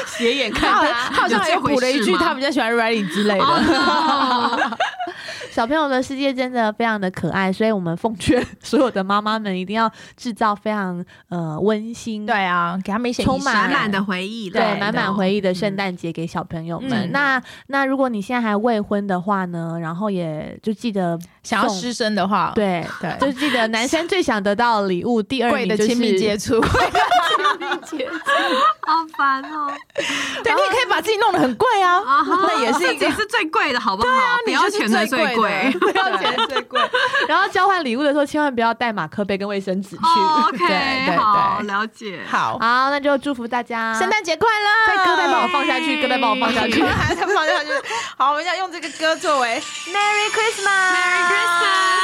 S1: 斜眼
S3: 他好
S1: 看
S3: 像
S1: 他。
S3: 他好像还补了一句，
S2: 有这回事吗
S3: 他比较喜欢 Riley 之类的。
S1: 小朋友的世界真的非常的可爱，所以我们奉劝 所有的妈妈们一定要制造非常呃温馨。
S3: 对啊，给他们一些仪式
S1: 充满
S3: 感
S2: 满满的回忆
S1: 对
S2: 了，
S1: 满满 回忆的圣诞节给小朋友们。
S3: 嗯
S1: 那那如果你现在还未婚的话呢，然后也就记得
S3: 想要
S1: 送
S3: 失身的话，
S1: 对
S3: 对，
S1: 就记得男生最想得到的礼物，第二
S3: 贵
S1: 名
S3: 的
S1: 就是
S3: 亲密接触， 对，
S2: 好烦哦！
S3: 你也可以把自己弄得很贵啊，
S2: 啊哈，
S3: 那也是一
S2: 自
S3: 个啊
S2: 己。是最贵的好不好？不
S3: 你
S2: 要
S3: 就是
S2: 钱的
S3: 最
S2: 贵
S3: 的，。不要钱的最 贵。
S1: 然后交换礼物的时候，千万不要带马克杯跟卫生纸去。
S2: 哦
S3: 对对
S2: ，OK，好，
S3: 对
S2: 了解。
S3: 好，
S1: 好，那就祝福大家
S3: 圣诞节快乐！
S1: 在歌 单帮我放下去，歌单帮我放下去。
S3: 还在放下去。好，我们要用这个歌作为 Merry Christmas。
S2: Merry Christmas。